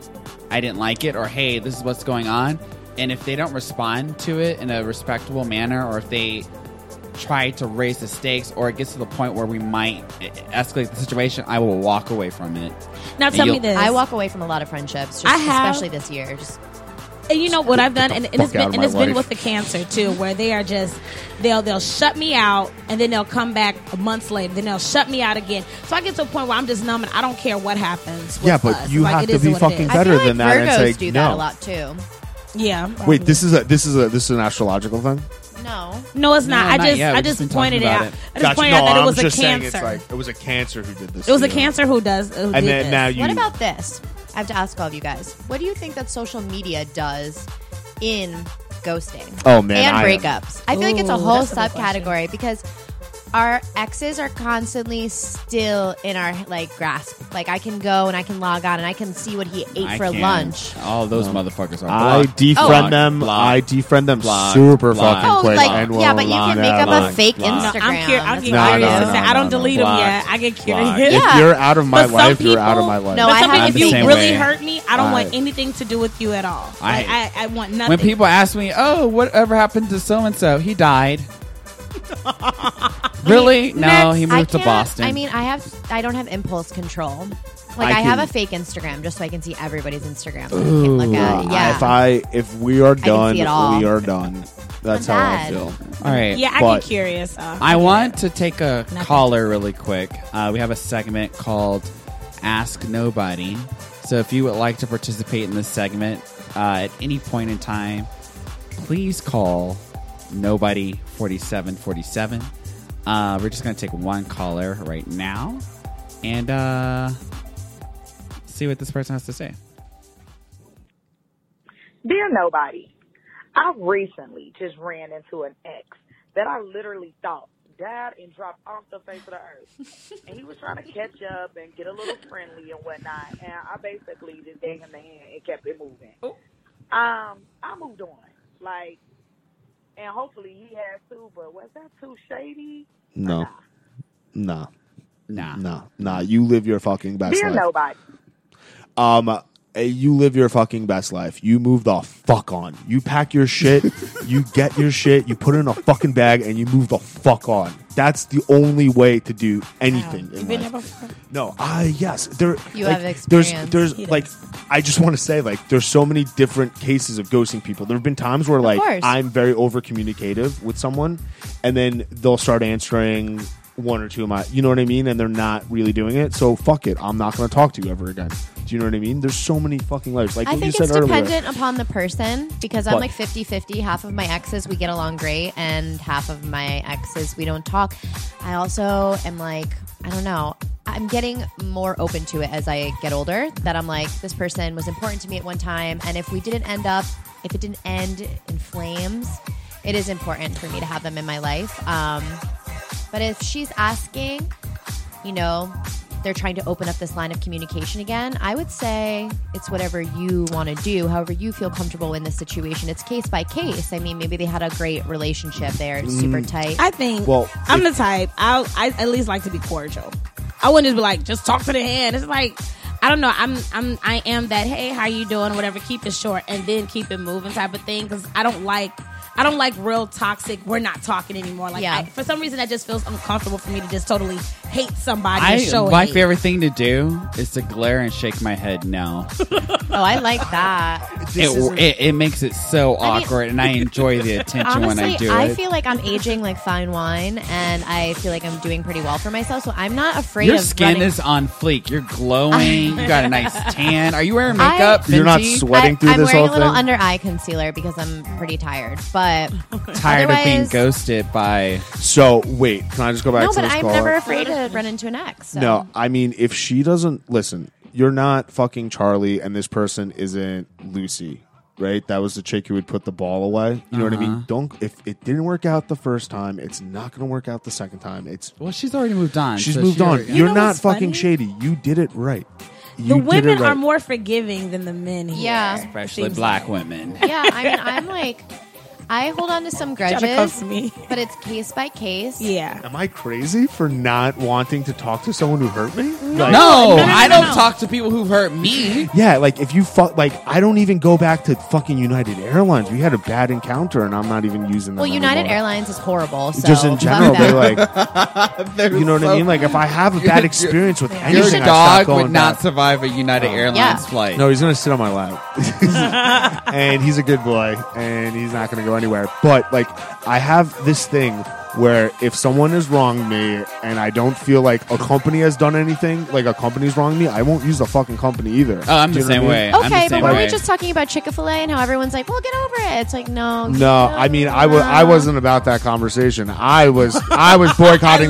S2: I didn't like it," or "Hey, this is what's going on." And if they don't respond to it in a respectable manner, or if they try to raise the stakes, or it gets to the point where we might eh, escalate the situation, I will walk away from it.
S4: now tell
S2: you-
S4: me this.
S3: I walk away from a lot of friendships, just,
S4: I have-
S3: especially this year. Just
S4: and you know what I've done, and, and it's
S5: fuck out
S4: been
S5: of
S4: and
S5: my
S4: it's been
S5: life.
S4: with the cancer too, where they are just they'll they'll shut me out, and then they'll come back months later, then they'll shut me out again. So I get to a point where I'm just numb, and I don't care what happens. with
S5: Yeah, but
S4: us.
S5: you
S4: Like,
S5: have
S4: it
S5: to
S4: is
S5: be
S4: what it
S5: fucking
S4: is.
S3: I feel
S5: Better
S3: like
S5: than that and
S3: Virgos
S5: say
S3: do that
S5: no.
S3: a lot too.
S4: Yeah.
S5: Wait, this is a this is a this is an astrological thing.
S3: No,
S4: No, it's not.
S2: No,
S4: I
S2: not
S4: just
S2: yet.
S4: I
S2: We've just
S4: just,
S2: been talking
S4: pointed it
S2: about
S4: out.
S2: it.
S4: I just
S5: Gotcha.
S4: pointed
S5: No,
S4: out that
S5: I'm
S4: it was a
S5: just saying it's
S4: cancer.
S5: like- it was a cancer who did this.
S4: it was
S5: to
S4: a
S5: you.
S4: cancer who does. Who
S5: and
S4: did
S5: then
S4: this.
S5: now you.
S3: What about this? I have to ask all of you guys. What do you think that social media does in ghosting?
S5: Oh, man,
S3: and
S5: I am-
S3: breakups. I feel like it's a
S4: Ooh,
S3: whole
S4: that's a good question.
S3: subcategory because our exes are constantly still in our like grasp. Like I can go and I can log on and I can see what he ate
S2: I
S3: for
S2: can't.
S3: lunch.
S2: all those motherfuckers are.
S5: I
S2: blocked.
S5: defriend
S3: block,
S5: them.
S2: block,
S5: I defriend them
S2: block,
S5: super
S2: block.
S5: fucking
S3: Oh,
S5: quick.
S3: like
S5: and
S3: yeah,
S5: will
S3: but you
S5: not
S3: can make up
S5: have
S3: a
S5: it.
S3: fake
S2: Nah.
S3: Instagram.
S2: No,
S4: I'm curious. I'm
S3: That's
S4: getting
S5: No,
S4: curious.
S5: no, no,
S3: what it
S4: I
S3: is.
S4: said,
S5: no,
S4: I don't
S5: no,
S4: delete
S2: no.
S4: them yet.
S2: Block.
S4: I get
S2: Block.
S4: curious.
S3: Yeah.
S5: If you're out of my
S4: But some
S5: life, you're out of
S4: people-
S5: my life.
S3: No,
S4: but
S3: I
S4: some
S3: have
S4: people,
S2: the
S4: if
S2: same
S4: you really
S2: way.
S4: hurt me, I don't want
S5: I-
S4: anything to do with you at all.
S2: I-
S4: Like, I, I want nothing.
S2: when people ask me, "Oh, whatever happened to so and so? He died." really? No,
S3: Next.
S2: he
S3: I
S2: moved to
S3: can't-
S2: Boston.
S3: I mean, I have I don't have impulse control. Like
S2: I
S3: I, have
S2: can-
S3: a fake Instagram just so I can see everybody's Instagram. that I can look at.
S5: Uh,
S3: Yeah.
S5: If I if we are done,
S3: it all.
S5: we are done. That's
S3: I'm
S5: how I
S3: bad.
S5: feel.
S2: all right.
S4: yeah, I
S5: but-
S4: get curious. Uh,
S2: I want to take a
S4: Nothing.
S2: caller really quick. Uh, we have a segment called Ask Nobody. So if you would like to participate in this segment uh, at any point in time, please call nobody 4747. Uh, we're just going to take one caller right now and uh, see what this person has to say.
S6: Dear nobody, I recently just ran into an ex that I literally thought died and dropped off the face of the earth. and he was trying to catch up and get a little friendly and whatnot. And I basically just gave him the hand and kept it moving. Um, I moved on. Like, And hopefully he has too, but was that too shady?
S5: No. Nah.
S2: Nah.
S5: Nah. Nah. You live your fucking best
S6: Dear
S5: life.
S6: nobody.
S5: Um, uh, you live your fucking best life. You move the fuck on. You pack your shit. you get your shit. You put it in a fucking bag and you move the fuck on. That's the only way to do anything. in
S4: You've been
S5: life.
S4: there before.
S5: No, ah, yes. There,
S3: You
S5: like,
S3: have experience.
S5: There's,
S4: He
S5: there's like, I just want to say, like, there's so many different cases of ghosting people. There have been times where, like,
S3: course.
S5: I'm very over communicative with someone, and then they'll start answering one or two of my, you know what I mean, and they're not really doing it. So fuck it, I'm not going to talk to you ever again. Do you know what I mean? There's so many fucking layers. Like
S3: I
S5: what
S3: think
S5: you
S3: it's
S5: said earlier.
S3: dependent upon the person because I'm
S5: But-
S3: like 50 50. Half of my exes, we get along great, and half of my exes, we don't talk. I also am like, I don't know. I'm getting more open to it as I get older that I'm like, this person was important to me at one time. And if we didn't end up, if it didn't end in flames, it is important for me to have them in my life. Um, but if she's asking, you know, they're trying to open up this line of communication again, I would say it's whatever you want to do, however you feel comfortable in this situation. It's case by case. I mean, maybe they had a great relationship there, it's super tight.
S4: I think.
S5: Well,
S4: I'm the type. I'll, I at least like to be cordial. I wouldn't just be like, just talk to the hand. It's like, I don't know. I'm, I'm, I am that. Hey, how you doing? Whatever. Keep it short and then keep it moving type of thing. Because I don't like, I don't like real toxic. We're not talking anymore. Like,
S3: Yeah.
S4: I, for some reason, that just feels uncomfortable for me to just totally hate somebody. and
S2: I
S4: show
S2: my
S4: hate.
S2: favorite thing to do is to glare and shake my head. No,
S3: oh, I like that.
S5: This
S2: it,
S5: isn't-
S2: it it makes it so
S3: I mean-
S2: awkward, and I enjoy the attention when I
S3: Honestly,
S2: do
S3: I,
S2: it.
S3: feel like I'm aging like fine wine, and I feel like I'm doing pretty well for myself. So I'm not afraid
S2: Your
S3: of
S2: skin
S3: running-
S2: is on fleek. You're glowing. you got a nice tan. Are you wearing makeup?
S5: You're not
S2: Fenty?
S5: sweating through
S3: I, am
S5: this
S3: wearing
S5: whole
S3: a little
S5: thing.
S3: under eye concealer because I'm pretty tired, but
S2: tired of being
S3: Otherwise-
S2: ghosted by.
S5: so wait, can I just go back
S3: no,
S5: to
S3: but
S5: this
S3: I'm
S5: call?
S3: never afraid to run into an ex. So.
S5: No, I mean, if she doesn't listen, you're not fucking Charlie, and this person isn't Lucy, right? That was the chick who would put the ball away. You know what I
S2: Uh-huh.
S5: mean? Don't if it didn't work out the first time, it's not going to work out the second time. It's
S2: Well, she's already moved on.
S5: she's
S2: so
S5: moved
S2: she
S5: on.
S2: already-
S5: You're
S4: know
S5: not
S4: what's
S5: fucking
S4: funny?
S5: shady. You did it right.
S4: the
S5: You did it
S4: women
S5: right.
S4: are more forgiving than the men. Here.
S3: Yeah.
S2: especially black women.
S3: yeah, I mean, I'm like, I hold on to some
S4: Trying to
S3: grudges,
S4: cuss me.
S3: but it's case by case.
S4: Yeah.
S5: Am I crazy for not wanting to talk to someone who hurt me? Like-
S2: No,
S4: no, no,
S2: I
S4: no,
S2: don't
S4: no.
S2: talk to people who've hurt me.
S5: Yeah, like if you fuck, like I don't even go back to fucking United Airlines. We had a bad encounter, and I'm not even using.
S3: Well,
S5: them
S3: United
S5: anymore.
S3: Airlines is horrible. So
S5: just in
S3: fuck
S5: general,
S3: that.
S5: they're like, you know what I mean? Like, if I have a bad experience with
S2: Your
S5: anything, I stop
S2: dog
S5: going
S2: would not
S5: back. Oh.
S2: survive a United Airlines
S3: Yeah.
S2: flight.
S5: No, he's gonna sit on my lap, and he's a good boy, and he's not gonna go anywhere. But like, I have this thing where if someone has wronged me, and I don't feel like a company has done anything, like a company's wronged me, I won't use the fucking company either.
S2: oh, I'm
S5: Do
S2: the
S5: you know
S2: same
S5: what I
S2: way.
S5: mean?
S2: I'm the
S3: okay,
S2: same
S3: but were
S2: way.
S3: we just talking about Chick Fil A and how everyone's like, "Well, get over it." It's like, no, you
S5: No, I mean I was I wasn't about that conversation. I was I was boycotting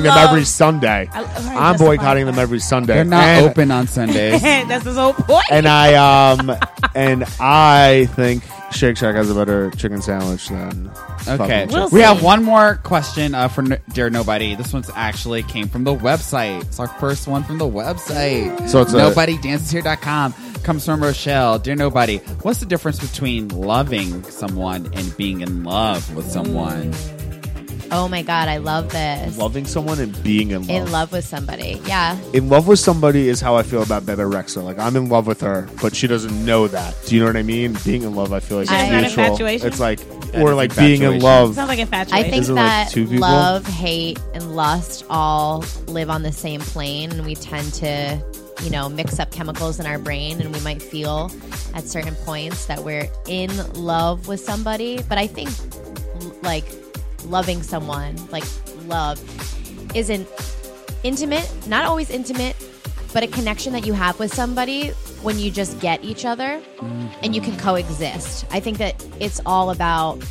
S4: I
S5: them
S4: love-
S5: every Sunday.
S4: I- I heard
S5: I'm
S4: just
S5: boycotting
S4: about
S5: them every Sunday.
S2: They're not
S5: And-
S2: open on Sundays.
S4: That's his whole point.
S5: and I um and I think Shake Shack has a better chicken sandwich than
S2: Okay,
S5: fucking
S4: We'll
S2: we have
S4: see.
S2: one more question uh, for N- Dear Nobody. This one's actually came from the website. It's our first one from the website.
S5: So it's a-
S2: nobodydanceshere.com. Comes from Rochelle. Dear Nobody, what's the difference between loving someone and being in love with someone?
S3: Oh my god, I love this.
S5: loving someone and being in love.
S3: in love with somebody, yeah.
S5: In love with somebody is how I feel about Bebe Rexha. Like I'm in love with her, but she doesn't know that. Do you know what I mean? Being in love, I feel like
S3: She
S5: is
S3: doesn't have
S5: mutual.
S4: infatuation?
S5: It's like
S2: That
S5: or
S2: is
S5: like being in
S2: infatuation.
S5: love.
S4: Sounds like infatuation.
S3: I think
S5: Isn't, like,
S3: that
S5: two people?
S3: love, hate, and lust all live on the same plane, and we tend to, you know, mix up chemicals in our brain, and we might feel at certain points that we're in love with somebody. But I think, l- like, loving someone, like love, is an intimate, not always intimate, but a connection that you have with somebody when you just get each other and you can coexist. I think that it's all about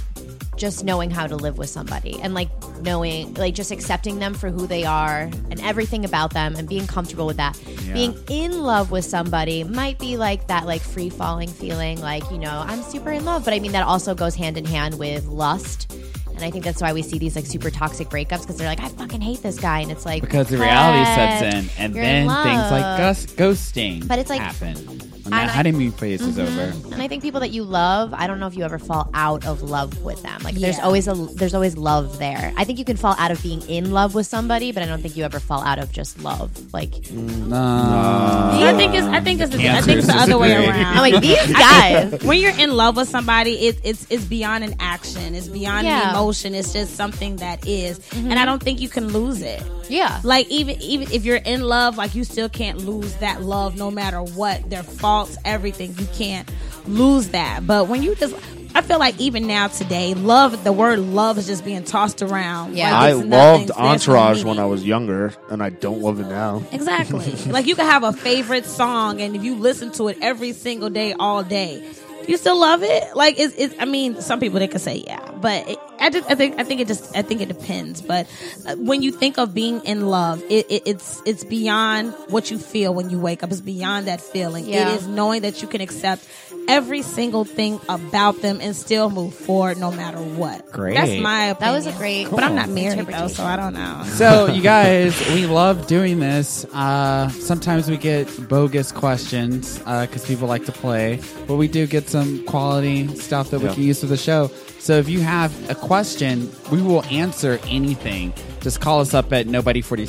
S3: just knowing how to live with somebody and like knowing like just accepting them for who they are and everything about them and being comfortable with that being in love with somebody might be like that like free falling feeling like you know i'm super in love but i mean that also goes hand in hand with lust and i think that's why we see these like super toxic breakups because they're like i fucking hate this guy and it's like
S2: Because the reality sets
S3: "Hey,
S2: in, and
S3: you're in
S2: then things like
S3: love."
S2: gus- ghosting
S3: But it's like- mm-hmm.
S2: happen. Matt
S3: I-
S2: Honeymoon phase is over.
S3: And I think people that you love, I don't know if you ever fall out of love with them. Like there's
S4: Yeah.
S3: always a there's always love there. I think you can fall out of being in love with somebody, but I don't think you ever fall out of just love. Like
S2: No.
S4: Yeah.
S7: I think it's I think it's the, I
S2: Cancers
S7: think it's the other way
S2: disagree.
S7: around.
S3: I'm like these guys.
S4: when you're in love with somebody, it, it's it's beyond an action. It's beyond an
S3: Yeah. Mm-hmm.
S4: emotion. It's just something that is. and I don't think you can lose it.
S3: Yeah.
S4: Like even even if you're in love, like you still can't lose that love, no matter what their faults, everything. You can't lose that. But when you just, I feel like even now today, love the word love is just being tossed around.
S3: Yeah.
S4: Like,
S5: I
S4: it's
S5: loved
S4: nothing's there for
S5: Entourage
S4: meaning.
S5: when I was younger, and I don't love it now.
S4: Exactly. like you can have a favorite song, and if you listen to it every single day, all day, you still love it. Like it's, it's I mean, some people they could say yeah, but it, I just, I think, I think it just, I think it depends. But uh, when you think of being in love, it, it, it's, it's beyond what you feel when you wake up. It's beyond that feeling.
S3: Yeah.
S4: It is knowing that you can accept every single thing about them and still move forward no matter what.
S2: Great.
S4: That's my opinion.
S3: That was a great
S4: But I'm not
S3: Cool.
S4: married though, so I don't know.
S2: So, you guys, we love doing this. Uh, sometimes we get bogus questions because people like to play, but we do get some quality stuff that we
S5: Yeah.
S2: can use for the show. So, if you have a question, we will answer anything. Just call us up at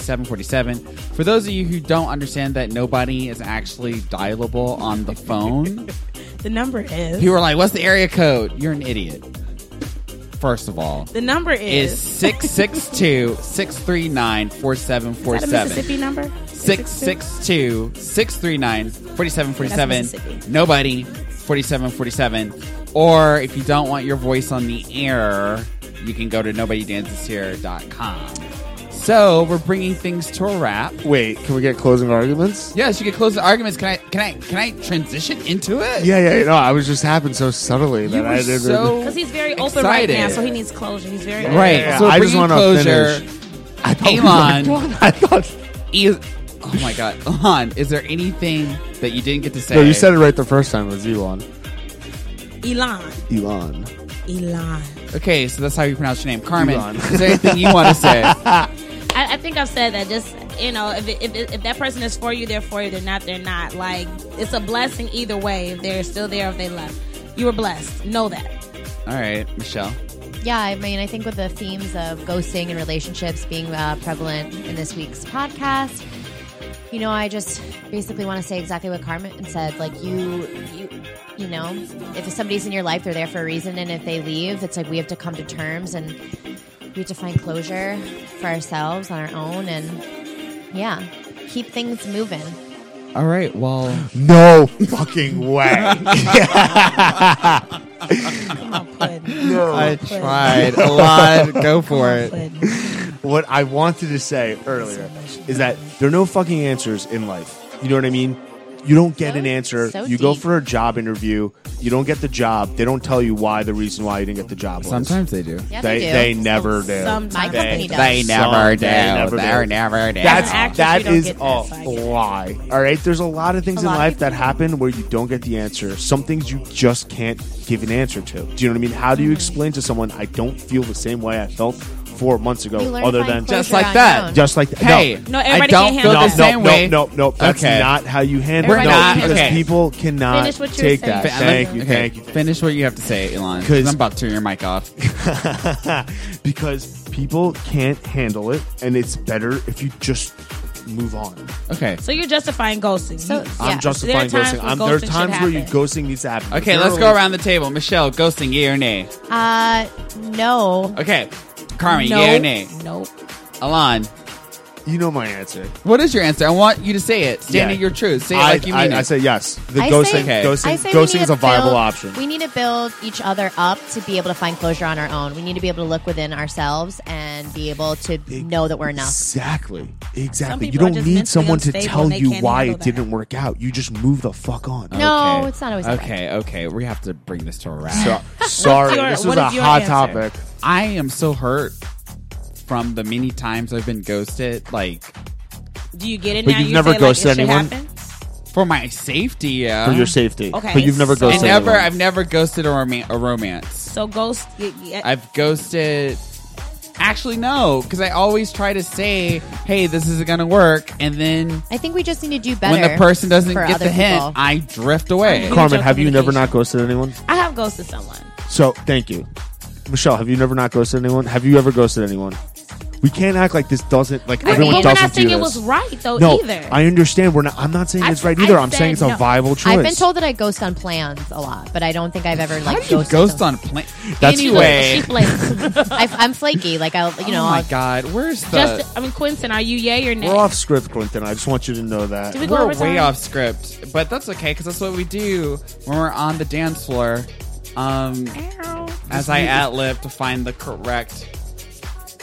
S2: nobody4747. For those of you who don't understand that nobody is actually dialable on the phone,
S4: The number is.
S2: people are like, what's the area code? You're an idiot. First of all
S4: The number
S2: is 662 639
S4: Is that a
S2: 4747.
S4: Mississippi number?
S2: 662 639
S4: That's
S2: 4747.
S4: Mississippi.
S2: Nobody 4747. Or if you don't want your voice on the air, you can go to nobodydanceshere.com. So we're bringing things to a wrap.
S5: Wait, can we get closing arguments?
S2: Yes, you can close the arguments. Can I? Can I? Can I transition into it?
S5: Yeah, yeah, no, I was just happened so subtly that
S2: you
S5: I
S2: were
S5: didn't.
S2: so
S4: Because he's very open right now,
S2: excited.
S4: so he needs closure. He's very
S2: right.
S5: Yeah,
S2: so
S5: I
S2: I
S5: just
S2: just want
S5: wanna
S2: closure.
S5: finish.
S2: Elon.
S5: I thought.
S2: Is, oh my god, Elon, is there anything that you didn't get to say?
S5: No, you said it right the first time. It was Elon.
S4: Elon.
S5: Elon.
S4: Elon.
S2: Okay, so that's how you pronounce your name, Carmen.
S5: Elon.
S2: Is there anything you want to say?
S4: I, I think I've said that. Just you know, if, it- if it- if that person is for you, they're for you. They're not, they're not. Like it's a blessing either way. If they're still there, if they left, you were blessed. Know that.
S2: All right, Michelle.
S3: Yeah, I mean, I think with the themes of ghosting and relationships being uh, prevalent in this week's podcast, you know, I just basically want to say exactly what Carmen said. Like, you, you, you know, if somebody's in your life, they're there for a reason, and if they leave, it's like we have to come to terms and we have to find closure for ourselves on our own, and yeah, keep things moving.
S2: All right, well,
S5: No fucking way.
S4: Come on, Puddin.
S2: I tried a lot. Go for it.
S4: Puddin.
S5: what I wanted to say earlier is that there are no fucking answers in life. You know what I mean? You don't get
S3: So-
S5: an answer.
S3: so
S5: you go
S3: deep.
S5: for a job interview. You don't get the job. They don't tell you why the reason why you didn't get the job. was.
S2: Sometimes they do.
S3: Yeah,
S5: they
S3: they, do.
S5: they never do.
S4: Sometimes.
S3: My company does.
S2: They never
S5: Some-
S2: do.
S5: they never
S2: They're
S5: do.
S2: never do.
S5: That's
S4: actress,
S5: that
S4: you don't
S5: is
S4: get
S5: a
S4: that, so I get it.
S5: lie. All right, there's a lot of things in
S3: lot of
S5: life that happen where you don't get the answer. Some things you just can't give an answer to. Do you know what I mean? How do
S4: Mm-hmm.
S5: you explain to someone I don't feel the same way I felt four months ago,
S3: You learn to
S5: other
S3: find
S5: than
S3: closure
S2: Just like
S3: on
S2: that.
S3: your own.
S5: just like that?
S2: hey,
S4: No,
S2: I
S4: everybody
S2: don't
S4: can't
S2: feel
S4: handle
S2: the
S4: that.
S5: no, no,
S2: same way.
S5: no, no, no. That's
S2: Okay.
S5: not how you handle it.
S2: Everybody
S5: No,
S2: can't
S5: because
S2: handle it.
S5: people cannot
S4: Finish what you were
S5: take
S4: saying.
S5: that.
S2: Fin-
S5: Thank
S2: let-
S5: you,
S2: okay,
S5: thank you.
S2: Finish what you have to say, Elon.
S5: 'Cause-
S2: Because I'm about to turn your mic off.
S5: because people can't handle it, and it's better if you just move on.
S2: Okay.
S4: So you're justifying ghosting.
S3: So-
S4: You-
S5: I'm
S3: Yeah.
S5: justifying
S4: There are times
S5: ghosting.
S4: when
S5: I'm, there are
S4: ghosting should
S5: times where you
S4: happen.
S5: ghosting needs to happen.
S2: Okay,
S5: There
S2: let's
S5: are-
S2: go around the table. Michelle, ghosting, yeah or nay?
S3: Uh, no.
S2: Okay, Carmen,
S4: no,
S2: yeah or nay?
S4: Nope.
S2: Alon,
S5: You know my answer.
S2: what is your answer? I want you to say it. Stand
S5: Yeah.
S2: in your truth. Say it
S5: I,
S2: like you
S5: I,
S2: mean
S5: I
S2: it.
S5: say yes. The
S3: I
S5: ghosting,
S3: say-
S2: Okay.
S5: ghosting,
S3: I say we
S5: ghosting
S3: need
S5: is a
S3: to
S5: viable
S3: build-
S5: option.
S3: We need to build each other up to be able to find closure on our own. We need to be able to look within ourselves and be able to know that we're enough.
S5: Exactly.
S4: Some
S5: Exactly.
S4: people
S5: You
S4: are
S5: don't
S4: just
S5: need
S4: mentally
S5: someone to
S4: unstable
S5: tell
S4: and they
S5: you
S4: can't
S5: why
S4: handle
S5: it
S4: that.
S5: didn't work out. You just move the fuck on.
S3: No, it's not always that
S2: Okay, okay. We have to bring this to a wrap.
S5: So- sorry,
S4: your-
S5: this
S4: what
S5: was a
S4: is your
S5: hot
S4: answer?
S5: topic.
S2: I am so hurt from the many times I've been ghosted. Like,
S4: Do you get it
S5: But
S4: now?
S5: you've
S4: you
S5: never
S4: say, like, it
S5: ghosted
S4: should
S5: anyone?
S4: happen?
S2: for my safety, yeah.
S5: for your safety.
S4: Okay,
S5: But you've never
S4: so-
S2: I
S5: ghosted.
S2: never,
S5: anyone.
S2: I've never ghosted a, roma- a romance.
S4: So ghost. y- y-
S2: I've ghosted. actually know because I always try to say, "Hey, this isn't gonna work," and then
S3: I think we just need to do better.
S2: when the person doesn't
S3: for
S2: get
S3: other
S2: the hint,
S3: people.
S2: I drift away.
S3: Huge
S5: Carmen, have you
S3: communication.
S5: never not ghosted anyone?
S4: I have ghosted someone.
S5: So thank you, Michelle. Have you never not ghosted anyone? Have you ever ghosted anyone? We can't act like this doesn't like
S4: I
S5: everyone
S4: mean, we're
S5: doesn't
S4: not
S5: do
S4: saying
S5: this.
S4: it was right though
S5: no,
S4: either.
S5: I understand. We're not. I'm not saying
S4: I-
S5: it's right either.
S4: I
S5: I'm saying it's
S4: said
S5: a
S4: no.
S5: viable choice.
S3: I've been told that I ghost on plans a lot, but I don't think I've ever
S2: How
S3: like
S2: do you
S3: ghosted
S2: ghost
S3: someone.
S2: on plane?
S5: That's
S4: She
S2: anyway.
S4: was- she blinked.
S3: I, I'm flaky. Like I'll, you know,
S2: oh my
S3: I'll,
S2: god, where's the?
S4: Just, I mean, Quentin, are you yay or nay?
S5: We're off script, Clinton. I just want you to know that.
S4: Did we go
S2: we're
S4: over time?
S2: way off script, but that's okay because that's what we do when we're on the dance floor. Um,
S4: Ow.
S2: as I ad lib to find the correct.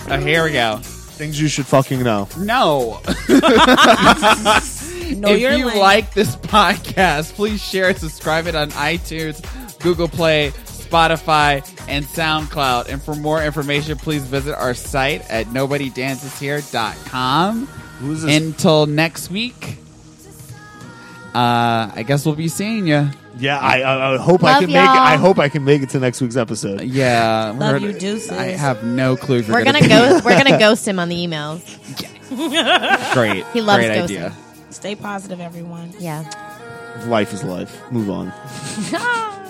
S2: Oh, here we go.
S5: Things you should fucking know.
S2: No.
S4: Know
S2: if
S4: your
S2: you
S4: lane.
S2: like this podcast, please share it, subscribe it on iTunes, Google Play, Spotify, and SoundCloud. And for more information, please visit our site at nobodydanceshere.com.
S5: Who's this?
S2: Until next week, uh, I guess we'll be seeing you.
S5: yeah, I, I, I hope I
S3: Love
S5: can make. It,
S3: y'all.
S5: I hope I can make it to next week's episode.
S2: Yeah,
S4: Love
S2: we're-
S4: you, deuces.
S2: I have no clue. If
S3: we're
S2: you're
S3: gonna ghost. We're gonna ghost him on the emails.
S2: go. Great,
S3: He loves
S2: great
S3: ghosting.
S2: idea.
S4: Stay positive, everyone.
S3: Yeah.
S5: Life is life. Move on.
S4: Ah.